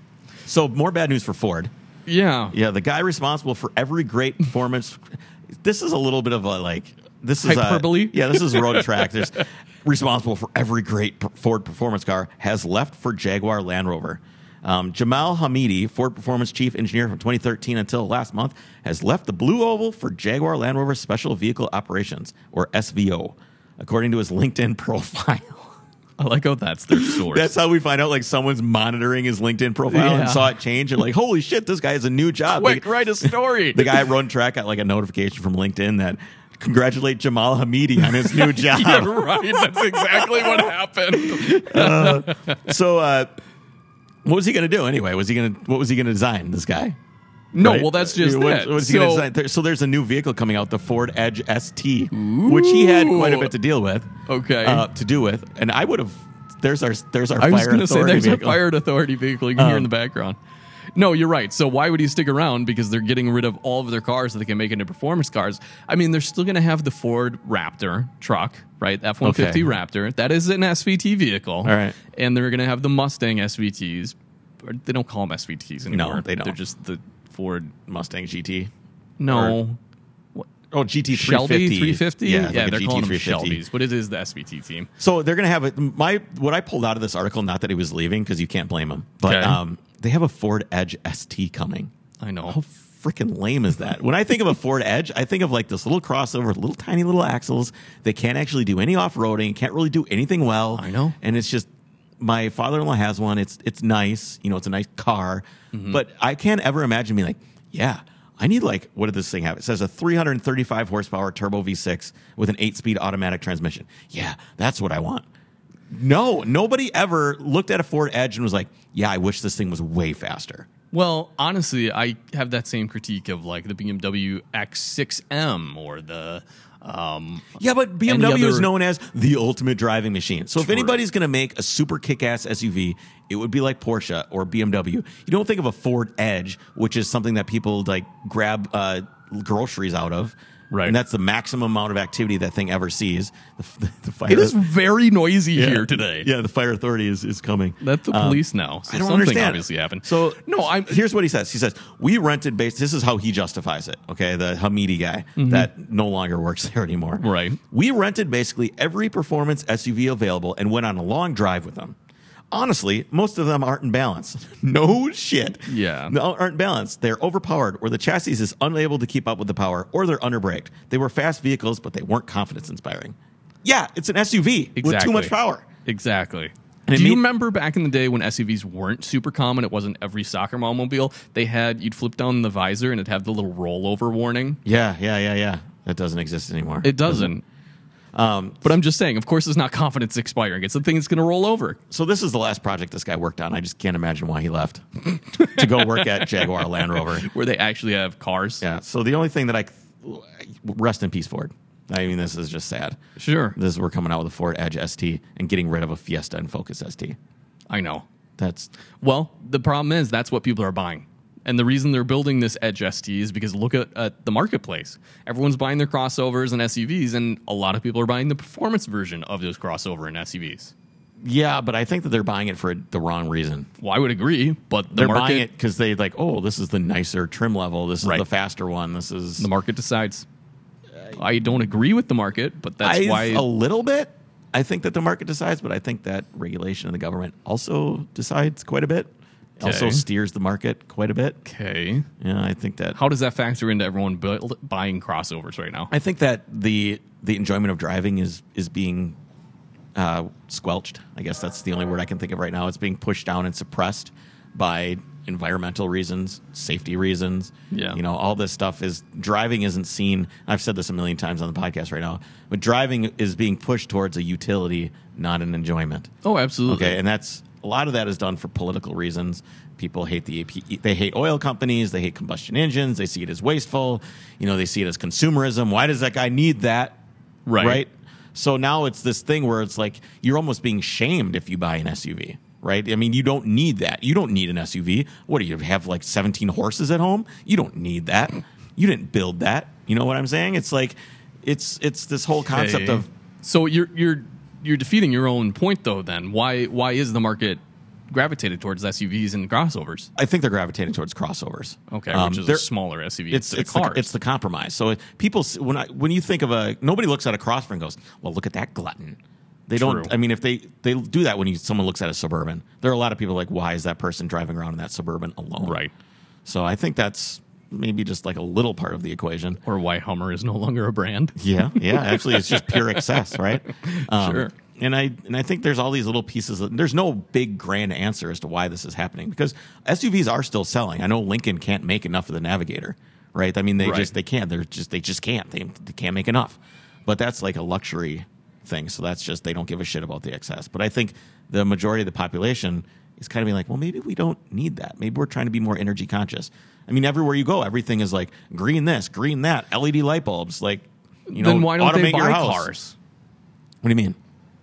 Speaker 1: So, more bad news for Ford.
Speaker 2: Yeah.
Speaker 1: Yeah, the guy responsible for every great performance. this is a little bit of a like. This is a-
Speaker 2: Hyperbole?
Speaker 1: yeah, this is road track. There's responsible for every great per- Ford performance car has left for Jaguar Land Rover. Um, Jamal Hamidi, Ford Performance Chief Engineer from 2013 until last month, has left the Blue Oval for Jaguar Land Rover Special Vehicle Operations, or SVO, according to his LinkedIn profile.
Speaker 2: I like how that's their source.
Speaker 1: That's how we find out like someone's monitoring his LinkedIn profile
Speaker 2: Yeah.
Speaker 1: and saw it change and like, holy shit, this guy has a new job.
Speaker 2: Quick,
Speaker 1: They-
Speaker 2: write a story.
Speaker 1: the guy at Road and Track got like a notification from LinkedIn that congratulate Jamal Hamidi on his new job.
Speaker 2: yeah, right. That's exactly what happened.
Speaker 1: So, uh, what was he going to do anyway? Was he going to what was he going to design? This guy?
Speaker 2: No,
Speaker 1: Right?
Speaker 2: well, that's just
Speaker 1: what,
Speaker 2: it.
Speaker 1: what was he
Speaker 2: so,
Speaker 1: gonna design? There- so there's a new vehicle coming out, the Ford Edge ST, which he had quite a bit to deal with.
Speaker 2: Okay.
Speaker 1: uh, to do with, and I would have. There's our there's our
Speaker 2: I was
Speaker 1: fire
Speaker 2: going to say
Speaker 1: authority
Speaker 2: there's
Speaker 1: vehicle. Oh.
Speaker 2: a fire authority vehicle you can hear in the background. No, you're right. So why would he stick around? Because they're getting rid of all of their cars that they can make into performance cars. I mean, they're still going to have the Ford Raptor truck, right? F-150
Speaker 1: Okay.
Speaker 2: Raptor. That is an SVT vehicle. All
Speaker 1: right.
Speaker 2: And they're going to have the Mustang SVTs. Or They don't call them SVTs anymore.
Speaker 1: they don't.
Speaker 2: They're just the Ford.
Speaker 1: Mustang GT.
Speaker 2: No.
Speaker 1: Oh, GT
Speaker 2: Shelby 350?
Speaker 1: Yeah, like a
Speaker 2: they're
Speaker 1: GT
Speaker 2: calling them
Speaker 1: 350.
Speaker 2: Shelbys, but it is the SVT team.
Speaker 1: So they're going to have a, my what I pulled out of this article. Not that he was leaving because you can't blame him, but
Speaker 2: Okay.
Speaker 1: um, they have a Ford Edge ST coming.
Speaker 2: I know.
Speaker 1: How freaking lame is that? when I think of a Ford Edge, I think of like this little crossover, with little tiny little axles. They can't actually do any off roading. Can't really do anything well.
Speaker 2: I know.
Speaker 1: and it's just my father in law has one. It's it's nice. You know, it's a nice car,
Speaker 2: Mm-hmm.
Speaker 1: but I can't ever imagine being like, yeah. I need like what did this thing have? It says a 335 horsepower turbo V6 with an eight-speed automatic transmission. Yeah, that's what I want. No, nobody ever looked at a Ford Edge and was like, "Yeah, I wish this thing was way faster."
Speaker 2: Well, honestly, I have that same critique of like the BMW X6M or the um,
Speaker 1: Yeah, but
Speaker 2: Any
Speaker 1: BMW is
Speaker 2: other-
Speaker 1: known as the ultimate driving machine. So if anybody's going to make a super kick-ass SUV, it would be like Porsche or BMW. You don't think of a Ford Edge, which is something that people like grab uh, groceries out of.
Speaker 2: Right.
Speaker 1: And that's the maximum amount of activity that thing ever sees. The, the, the fire
Speaker 2: It is very noisy here today.
Speaker 1: Yeah, the fire authority is, is coming.
Speaker 2: That's the
Speaker 1: Um,
Speaker 2: police now. So
Speaker 1: I don't
Speaker 2: something
Speaker 1: understand.
Speaker 2: obviously happened.
Speaker 1: So
Speaker 2: no, I'm
Speaker 1: Here's what he says. He says we rented base. This is how he justifies it. Okay, the Hamidi guy that no longer works there anymore.
Speaker 2: Right.
Speaker 1: We rented basically every performance SUV available and went on a long drive with them. Honestly, most of them aren't in balance. no shit.
Speaker 2: Yeah.
Speaker 1: No, aren't balanced. They're overpowered, or the chassis is unable to keep up with the power, or they're underbraked. They were fast vehicles, but they weren't confidence inspiring. Yeah, it's an SUV with too
Speaker 2: Exactly.
Speaker 1: much power.
Speaker 2: Exactly.
Speaker 1: And it
Speaker 2: Do you
Speaker 1: made-
Speaker 2: remember back in the day when SUVs weren't super common? It wasn't every soccer mom mobile. They had you'd flip down the visor and it'd have the little rollover warning.
Speaker 1: Yeah, yeah, yeah, yeah. That doesn't exist anymore.
Speaker 2: It doesn't. Um, but I'm just saying, of course, it's not confidence expiring. It's the thing that's going to roll over.
Speaker 1: so this is the last project this guy worked on. I just can't imagine why he left to go work at Jaguar Land Rover.
Speaker 2: where they actually have cars.
Speaker 1: Yeah. So the only thing that I rest in peace, Ford. I mean, this is just sad.
Speaker 2: Sure.
Speaker 1: This we're coming out with a Ford Edge ST and getting rid of a Fiesta and Focus ST.
Speaker 2: I know.
Speaker 1: That's
Speaker 2: Well, the problem is that's what people are buying. And the reason they're building this Edge ST is because look at, at the marketplace. Everyone's buying their crossovers and SUVs, and a lot of people are buying the performance version of those crossover and SUVs.
Speaker 1: yeah, but I think that they're buying it for the wrong reason.
Speaker 2: Well, I would agree, but the
Speaker 1: They're
Speaker 2: market
Speaker 1: buying it because they like, oh, this is the nicer trim level. This is
Speaker 2: Right.
Speaker 1: the faster one. This is
Speaker 2: the market decides. I don't agree with the market, but that's
Speaker 1: I-
Speaker 2: why
Speaker 1: a little bit. I think that the market decides, but I think that regulation and the government also decides quite a bit. Also
Speaker 2: Okay.
Speaker 1: steers the market quite a bit.
Speaker 2: Okay.
Speaker 1: Yeah, I think that
Speaker 2: How does that factor into everyone bu- buying crossovers right now?
Speaker 1: I think that the the enjoyment of driving is is being uh, squelched. I guess that's the only word I can think of right now. It's being pushed down and suppressed by environmental reasons, safety reasons.
Speaker 2: Yeah.
Speaker 1: you know, all this stuff is driving isn't seen. I've said this a million times on the podcast right now, but driving is being pushed towards a utility, not an enjoyment.
Speaker 2: Oh, absolutely.
Speaker 1: Okay, and that's a lot of that is done for political reasons. People hate the AP, they hate oil companies, they hate combustion engines, they see it as wasteful. You know, they see it as consumerism. Why does that guy need that?
Speaker 2: Right.
Speaker 1: So now it's this thing where it's like you're almost being shamed if you buy an SUV. Right. I mean, you don't need that. You don't need an SUV. What do you have like 17 horses at home? You don't need that. You didn't build that. You know what I'm saying? It's like it's it's this whole concept
Speaker 2: Okay.
Speaker 1: of
Speaker 2: so you're you're you're defeating your own point though. Then why why is the market gravitated towards SUVs and crossovers?
Speaker 1: I think they're gravitating towards crossovers.
Speaker 2: Okay,
Speaker 1: Um,
Speaker 2: which is
Speaker 1: they're-
Speaker 2: a smaller SUV.
Speaker 1: it's
Speaker 2: a
Speaker 1: it's the,
Speaker 2: car.
Speaker 1: it's the compromise. So it- people s- when I when you think of a nobody looks at a crossover and goes, "Well, look at that glutton." They
Speaker 2: True.
Speaker 1: don't. I mean, if they they do that when you someone looks at a suburban, there are a lot of people like, "Why is that person driving around in that suburban alone?"
Speaker 2: right.
Speaker 1: So I think that's maybe just like a little part of the equation.
Speaker 2: Or why Hummer is no longer a brand.
Speaker 1: Yeah, yeah. Actually, it's just pure excess, right? Um,
Speaker 2: Sure.
Speaker 1: And I and I think there's all these little pieces. That, there's no big grand answer as to why this is happening because SUVs are still selling. I know Lincoln can't make enough of the Navigator, right? I mean, they
Speaker 2: Right.
Speaker 1: just they can't. They're just they just can't. They, they can't make enough. But that's like a luxury thing. So that's just they don't give a shit about the excess. But I think the majority of the population is kind of being like, well, maybe we don't need that. Maybe we're trying to be more energy conscious. I mean, everywhere you go, everything is like green this, green that, LED light bulbs, like you know,
Speaker 2: then why don't they
Speaker 1: automate your
Speaker 2: buy
Speaker 1: house.
Speaker 2: cars?
Speaker 1: What do you mean?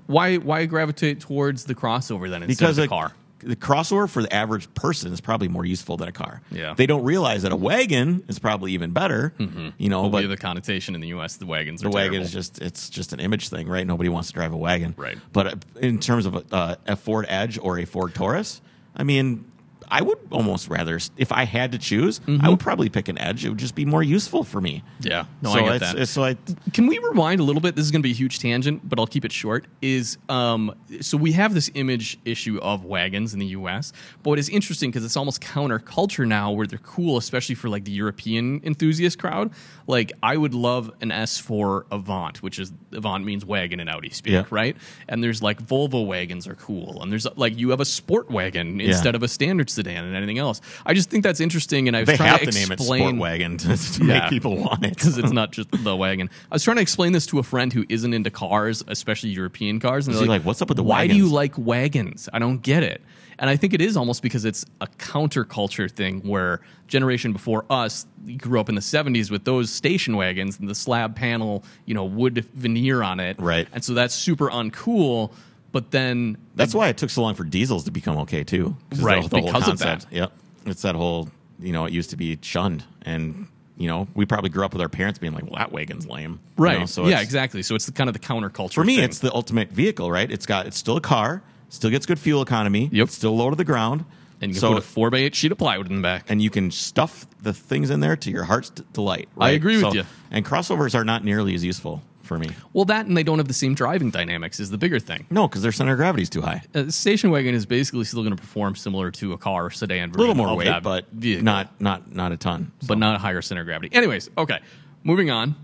Speaker 2: Why why gravitate towards the crossover then instead
Speaker 1: Because
Speaker 2: of the
Speaker 1: a-
Speaker 2: car?
Speaker 1: The crossover for the average person is probably more useful than a car.
Speaker 2: Yeah. Mm-hmm.
Speaker 1: They don't realize that a wagon is probably even better. You know,
Speaker 2: But
Speaker 1: but
Speaker 2: the connotation in the U.S. the wagons
Speaker 1: the
Speaker 2: are
Speaker 1: wagon
Speaker 2: terrible.
Speaker 1: is just it's just an image thing, right? Nobody wants to drive a wagon,
Speaker 2: Right.
Speaker 1: But uh, in terms of uh, a Ford Edge or a Ford Taurus, I mean, I would almost rather if I had to choose, I would probably pick an Edge. It would just be more useful for me.
Speaker 2: Mm-hmm. yeah. No,
Speaker 1: so
Speaker 2: I get
Speaker 1: it's,
Speaker 2: that.
Speaker 1: it's like
Speaker 2: Can we rewind a little bit? This is going to be a huge tangent, but I'll keep it short. Is um, so we have this image issue of wagons in the U.S., but it's interesting because it's almost counterculture now, where they're cool, especially for like the European enthusiast crowd. Like I would love an S4 Avant, which is Avant means wagon in Audi speak,
Speaker 1: Yeah.
Speaker 2: right? And there's like Volvo wagons are cool, and there's like you have a sport wagon instead of a standard sedan and anything else. I just think that's interesting, and I was
Speaker 1: they
Speaker 2: trying
Speaker 1: have to
Speaker 2: to
Speaker 1: name
Speaker 2: explain
Speaker 1: it sport wagon to, to
Speaker 2: Yeah.
Speaker 1: make people want it.
Speaker 2: because it's not just the wagon. I was trying to explain this to a friend who isn't into cars, especially European cars, and they're
Speaker 1: he
Speaker 2: like,
Speaker 1: like, "What's up with the
Speaker 2: Why do
Speaker 1: wagons?"
Speaker 2: you like wagons? I don't get it." And I think it is almost because it's a counterculture thing where generation before us grew up in the 70s with those station wagons and the slab panel, you know, wood veneer on it.
Speaker 1: Right.
Speaker 2: And so that's super uncool, but then
Speaker 1: That's why it took so long for diesels to become okay too. 'Cause the-
Speaker 2: Right,
Speaker 1: the,
Speaker 2: because of that.
Speaker 1: Yep, it's that whole you know it used to be shunned, and you know we probably grew up with our parents being like, "Well, that wagon's lame." you
Speaker 2: right.
Speaker 1: know, so
Speaker 2: yeah,
Speaker 1: it's-
Speaker 2: exactly. So it's the, kind of the counterculture
Speaker 1: For me,
Speaker 2: thing.
Speaker 1: it's the ultimate vehicle, right? It's got it's still a car, still gets good fuel economy,
Speaker 2: Yep.
Speaker 1: it's still low to the ground,
Speaker 2: and you
Speaker 1: so
Speaker 2: put a 4x8 sheet of plywood in the back.
Speaker 1: and you can stuff the things in there to your heart's d- delight. Right?
Speaker 2: agree with you.
Speaker 1: And crossovers are not nearly as useful for me.
Speaker 2: Well, that and they don't have the same driving dynamics is the bigger thing.
Speaker 1: No, because their center of gravity is too high.
Speaker 2: a uh, station wagon is basically still going to perform similar to a car or sedan version.
Speaker 1: A little more
Speaker 2: of
Speaker 1: weight,
Speaker 2: that
Speaker 1: but
Speaker 2: vehicle,
Speaker 1: not not not a ton.
Speaker 2: but not a higher center of gravity. Anyways, okay, moving on.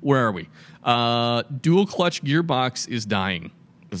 Speaker 2: Where are we? Uh, dual clutch gearbox is dying.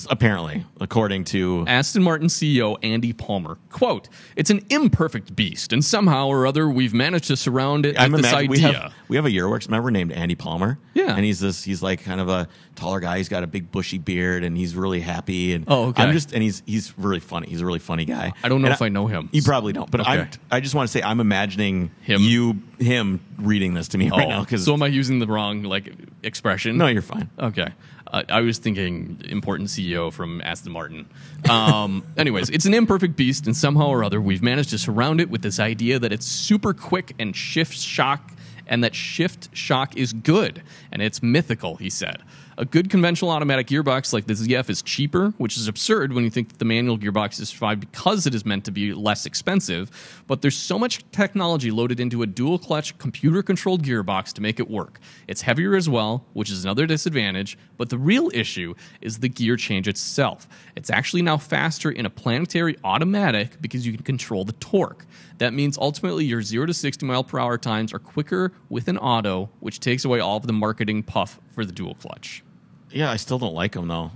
Speaker 1: Apparently, according to
Speaker 2: Aston Martin CEO Andy Palmer quote: "It's an imperfect beast, and somehow or other we've managed to surround it
Speaker 1: I'm
Speaker 2: with this
Speaker 1: imagine-
Speaker 2: idea."
Speaker 1: we have we have a Euroworks member named Andy Palmer.
Speaker 2: Yeah.
Speaker 1: and he's this he's like kind of a taller guy. He's got a big bushy beard, and he's really happy. And
Speaker 2: Oh, okay.
Speaker 1: I'm just and he's he's really funny. He's a really funny guy.
Speaker 2: I don't know
Speaker 1: And
Speaker 2: if I know him.
Speaker 1: You probably don't, but
Speaker 2: Okay.
Speaker 1: I'm, I just want to say I'm imagining
Speaker 2: Him? Oh.
Speaker 1: you him reading this to me right now because
Speaker 2: so am I using the wrong like expression?
Speaker 1: no, you're fine.
Speaker 2: Okay. Uh, I was thinking important CEO from Aston Martin. Um, anyways, it's an imperfect beast, and somehow or other, we've managed to surround it with this idea that it's super quick and shift shock, and that shift shock is good, and it's mythical, he said. A good conventional automatic gearbox like the ZF is cheaper, which is absurd when you think that the manual gearbox is five because it is meant to be less expensive. But there's so much technology loaded into a dual clutch computer controlled gearbox to make it work. It's heavier as well, which is another disadvantage, but the real issue is the gear change itself. It's actually now faster in a planetary automatic because you can control the torque. That means ultimately your 0 to 60 mile per hour times are quicker with an auto, which takes away all of the marketing puff for the dual clutch.
Speaker 1: Yeah, I still don't like them though.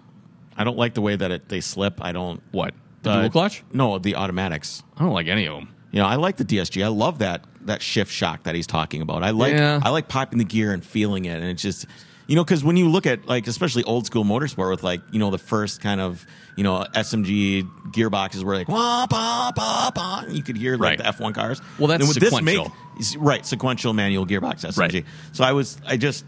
Speaker 1: I don't like the way that it, they slip. I don't.
Speaker 2: What? The
Speaker 1: uh,
Speaker 2: dual clutch?
Speaker 1: No, the automatics.
Speaker 2: I don't like any of them.
Speaker 1: You know, I like the DSG. I love that that shift shock that he's talking about. I like
Speaker 2: Yeah.
Speaker 1: I like popping the gear and feeling it, and it's just you know because when you look at like especially old school motorsport with like you know the first kind of you know SMG gearboxes were like wah bah bah bah, and you could hear like
Speaker 2: Right.
Speaker 1: the F one cars.
Speaker 2: Well, that's
Speaker 1: And with this
Speaker 2: sequential.
Speaker 1: make- right sequential manual gearbox SMG.
Speaker 2: Right.
Speaker 1: So I was I just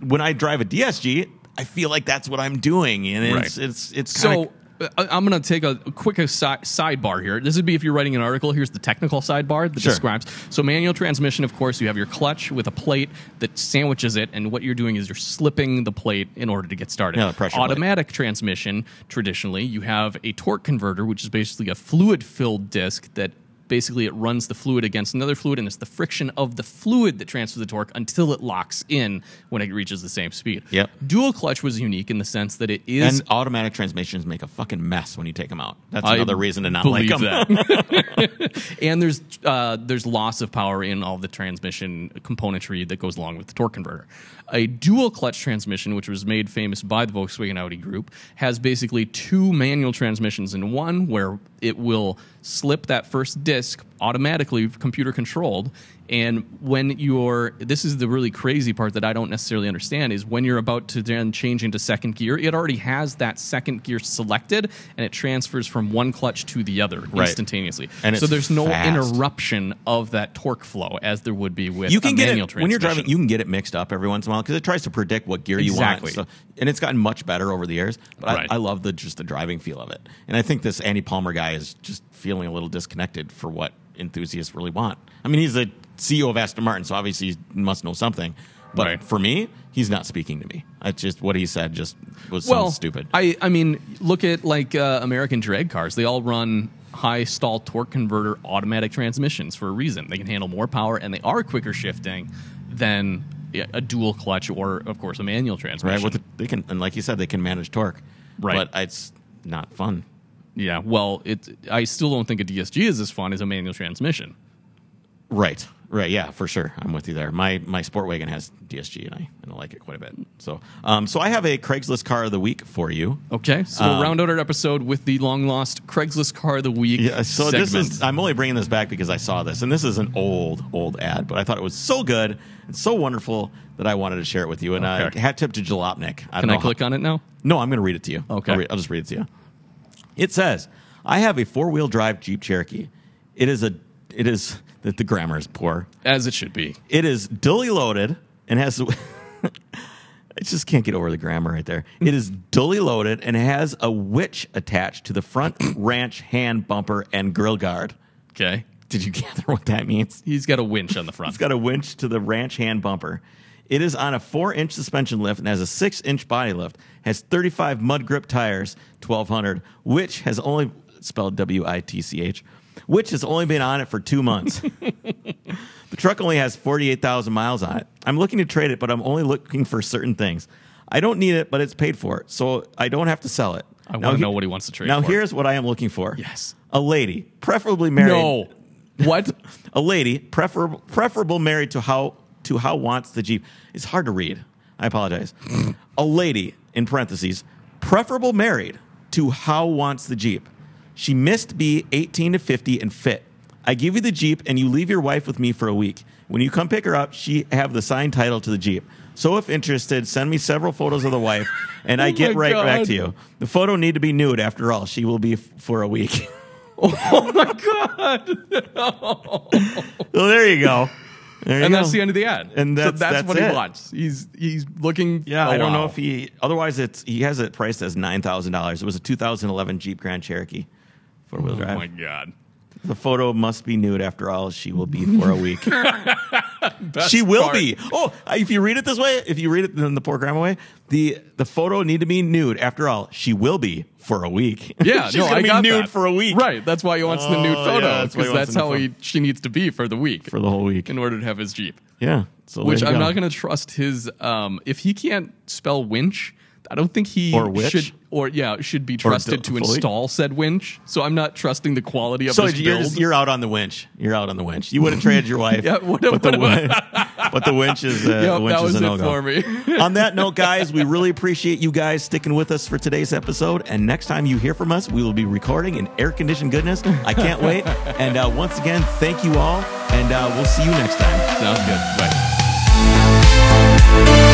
Speaker 1: when I drive a DSG, I feel like that's what I'm doing, and it's
Speaker 2: Right.
Speaker 1: it's it's kind
Speaker 2: So I- I'm going to take a a quick aside, sidebar here. This would be if you're writing an article. Here's the technical sidebar that
Speaker 1: Sure.
Speaker 2: describes. So manual transmission, of course, you have your clutch with a plate that sandwiches it, and what you're doing is you're slipping the plate in order to get started.
Speaker 1: Yeah, the pressure plate.
Speaker 2: Automatic transmission, traditionally, you have a torque converter, which is basically a fluid-filled disc that. Basically, it runs the fluid against another fluid, and it's the friction of the fluid that transfers the torque until it locks in when it reaches the same speed.
Speaker 1: Yep.
Speaker 2: Dual clutch was unique in the sense that it is
Speaker 1: and automatic transmissions make a fucking mess when you take them out. That's another reason to not like
Speaker 2: believe
Speaker 1: them.
Speaker 2: that. and there's uh, there's loss of power in all the transmission componentry that goes along with the torque converter. A dual clutch transmission, which was made famous by the Volkswagen Audi group, has basically two manual transmissions in one, where it will slip that first disc automatically, computer controlled. And when you're, this is the really crazy part that I don't necessarily understand is when you're about to then change into second gear, it already has that second gear selected and it transfers from one clutch to the other
Speaker 1: Right.
Speaker 2: instantaneously.
Speaker 1: And
Speaker 2: so
Speaker 1: it's
Speaker 2: there's no
Speaker 1: fast.
Speaker 2: interruption of that torque flow as there would be with
Speaker 1: you can
Speaker 2: a
Speaker 1: get
Speaker 2: manual
Speaker 1: it when you're driving.
Speaker 2: transmission.
Speaker 1: You can get it mixed up every once in a while because it tries to predict what gear you
Speaker 2: Exactly.
Speaker 1: want. So, and it's gotten much better over the years. But
Speaker 2: Right.
Speaker 1: I, I love the just the driving feel of it. And I think this Andy Palmer guy is just feeling a little disconnected for what enthusiasts really want. I mean, he's the CEO of Aston Martin, so obviously he must know something. But
Speaker 2: Right.
Speaker 1: for me, he's not speaking to me. It's just what he said. Just was so stupid.
Speaker 2: I, I mean, look at like uh, American drag cars. They all run high stall torque converter automatic transmissions for a reason. They can handle more power and they are quicker shifting than yeah, a dual clutch or, of course, a manual transmission.
Speaker 1: right? With the, they can, and like you said, they can manage torque.
Speaker 2: Right.
Speaker 1: But it's not fun.
Speaker 2: yeah, well, it. I still don't think a DSG is as fun as a manual transmission.
Speaker 1: Right. Right. Yeah, for sure. I'm with you there. My my sport wagon has DSG and I and I like it quite a bit. So um so I have a Craigslist car of the week for you.
Speaker 2: Okay, so
Speaker 1: Um,
Speaker 2: we'll round out our episode with the long lost Craigslist car of the week.
Speaker 1: Yeah, so
Speaker 2: segment.
Speaker 1: this is I'm only bringing this back because I saw this and this is an old old ad, but I thought it was so good and so wonderful that I wanted to share it with you. And
Speaker 2: Okay.
Speaker 1: uh, hat tip to Jalopnik. I
Speaker 2: Can
Speaker 1: don't
Speaker 2: I
Speaker 1: know
Speaker 2: click on it now?
Speaker 1: No, I'm going to read it to you.
Speaker 2: Okay.
Speaker 1: I'll, read- I'll just read it to you. It says, "I have a four-wheel drive Jeep Cherokee. It is a it is that the grammar is poor.
Speaker 2: As it should be.
Speaker 1: It is dully loaded and has. I just can't get over the grammar right there. It is dully loaded and has a winch attached to the front ranch hand bumper and grill guard.
Speaker 2: Okay,
Speaker 1: Did you gather what that means?
Speaker 2: he's got a winch on the front.
Speaker 1: It's got a winch to the ranch hand bumper. It is on a four inch suspension lift and has a six inch body lift. Has 35 mud grip tires, 1200, which has only spelled W I T C H, which has only been on it for two months. the truck only has 48,000 miles on it. I'm looking to trade it, but I'm only looking for certain things. I don't need it, but it's paid for, so I don't have to sell it.
Speaker 2: I
Speaker 1: Now
Speaker 2: wanna
Speaker 1: he-
Speaker 2: know what he wants to trade
Speaker 1: Now
Speaker 2: for.
Speaker 1: here's what I am looking for.
Speaker 2: Yes.
Speaker 1: A lady, preferably married
Speaker 2: no, what?
Speaker 1: a lady, preferable, preferable married to how to how wants the Jeep. It's hard to read. I apologize. a lady in parentheses, preferable married to how wants the Jeep. She missed be 18 to 50 and fit. I give you the Jeep and you leave your wife with me for a week. When you come pick her up, she have the signed title to the Jeep. So if interested, send me several photos of the wife and I
Speaker 2: Oh
Speaker 1: get
Speaker 2: my
Speaker 1: right back
Speaker 2: God.
Speaker 1: to you. The photo need to be nude after all. She will be f- for a week.
Speaker 2: Oh my god!
Speaker 1: So there you go. There you
Speaker 2: and that's
Speaker 1: go.
Speaker 2: the end of the ad.
Speaker 1: And
Speaker 2: So
Speaker 1: that's-
Speaker 2: that's,
Speaker 1: that's
Speaker 2: what
Speaker 1: it.
Speaker 2: he wants. He's he's looking.
Speaker 1: Yeah,
Speaker 2: oh,
Speaker 1: I don't
Speaker 2: wow.
Speaker 1: know if he. Otherwise, it's he has it priced as nine thousand dollars. It was a 2011 Jeep Grand Cherokee, four wheel
Speaker 2: Oh
Speaker 1: drive.
Speaker 2: my god.
Speaker 1: The photo must be nude. After all, she will be for a week.
Speaker 2: Best
Speaker 1: she will
Speaker 2: part.
Speaker 1: be. Oh, if you read it this way, if you read it in the poor grandma way, the the photo need to be nude. After all, she will be for a week.
Speaker 2: Yeah,
Speaker 1: she's
Speaker 2: no,
Speaker 1: gonna
Speaker 2: I
Speaker 1: be
Speaker 2: got
Speaker 1: nude
Speaker 2: that.
Speaker 1: for a week.
Speaker 2: Right. That's why he wants the nude
Speaker 1: Oh,
Speaker 2: photo
Speaker 1: yeah,
Speaker 2: because
Speaker 1: that's why he wants
Speaker 2: that's
Speaker 1: the
Speaker 2: how
Speaker 1: nude
Speaker 2: he, she needs to be for the week
Speaker 1: for the whole week.
Speaker 2: in order to have his jeep.
Speaker 1: Yeah. So
Speaker 2: Which
Speaker 1: there you
Speaker 2: I'm
Speaker 1: go.
Speaker 2: not going to trust his. Um, if he can't spell winch, I don't think he
Speaker 1: Or winch?
Speaker 2: should or yeah should be trusted to
Speaker 1: fully?
Speaker 2: install said winch. So I'm not trusting the quality of
Speaker 1: So
Speaker 2: his
Speaker 1: you're,
Speaker 2: build.
Speaker 1: just- you're out on the winch. You're out on the winch. You would have traded your wife.
Speaker 2: Yeah, what-
Speaker 1: but, the,
Speaker 2: what-
Speaker 1: win- but the winch is uh,
Speaker 2: Yep,
Speaker 1: the winch
Speaker 2: that
Speaker 1: is
Speaker 2: was
Speaker 1: a
Speaker 2: it
Speaker 1: no-go.
Speaker 2: for me.
Speaker 1: on that note, guys, we really appreciate you guys sticking with us for today's episode. And next time you hear from us, we will be recording in air conditioned goodness. I can't wait. And uh, once again, thank you all, and uh, we'll see you next time.
Speaker 2: Sounds good. Right.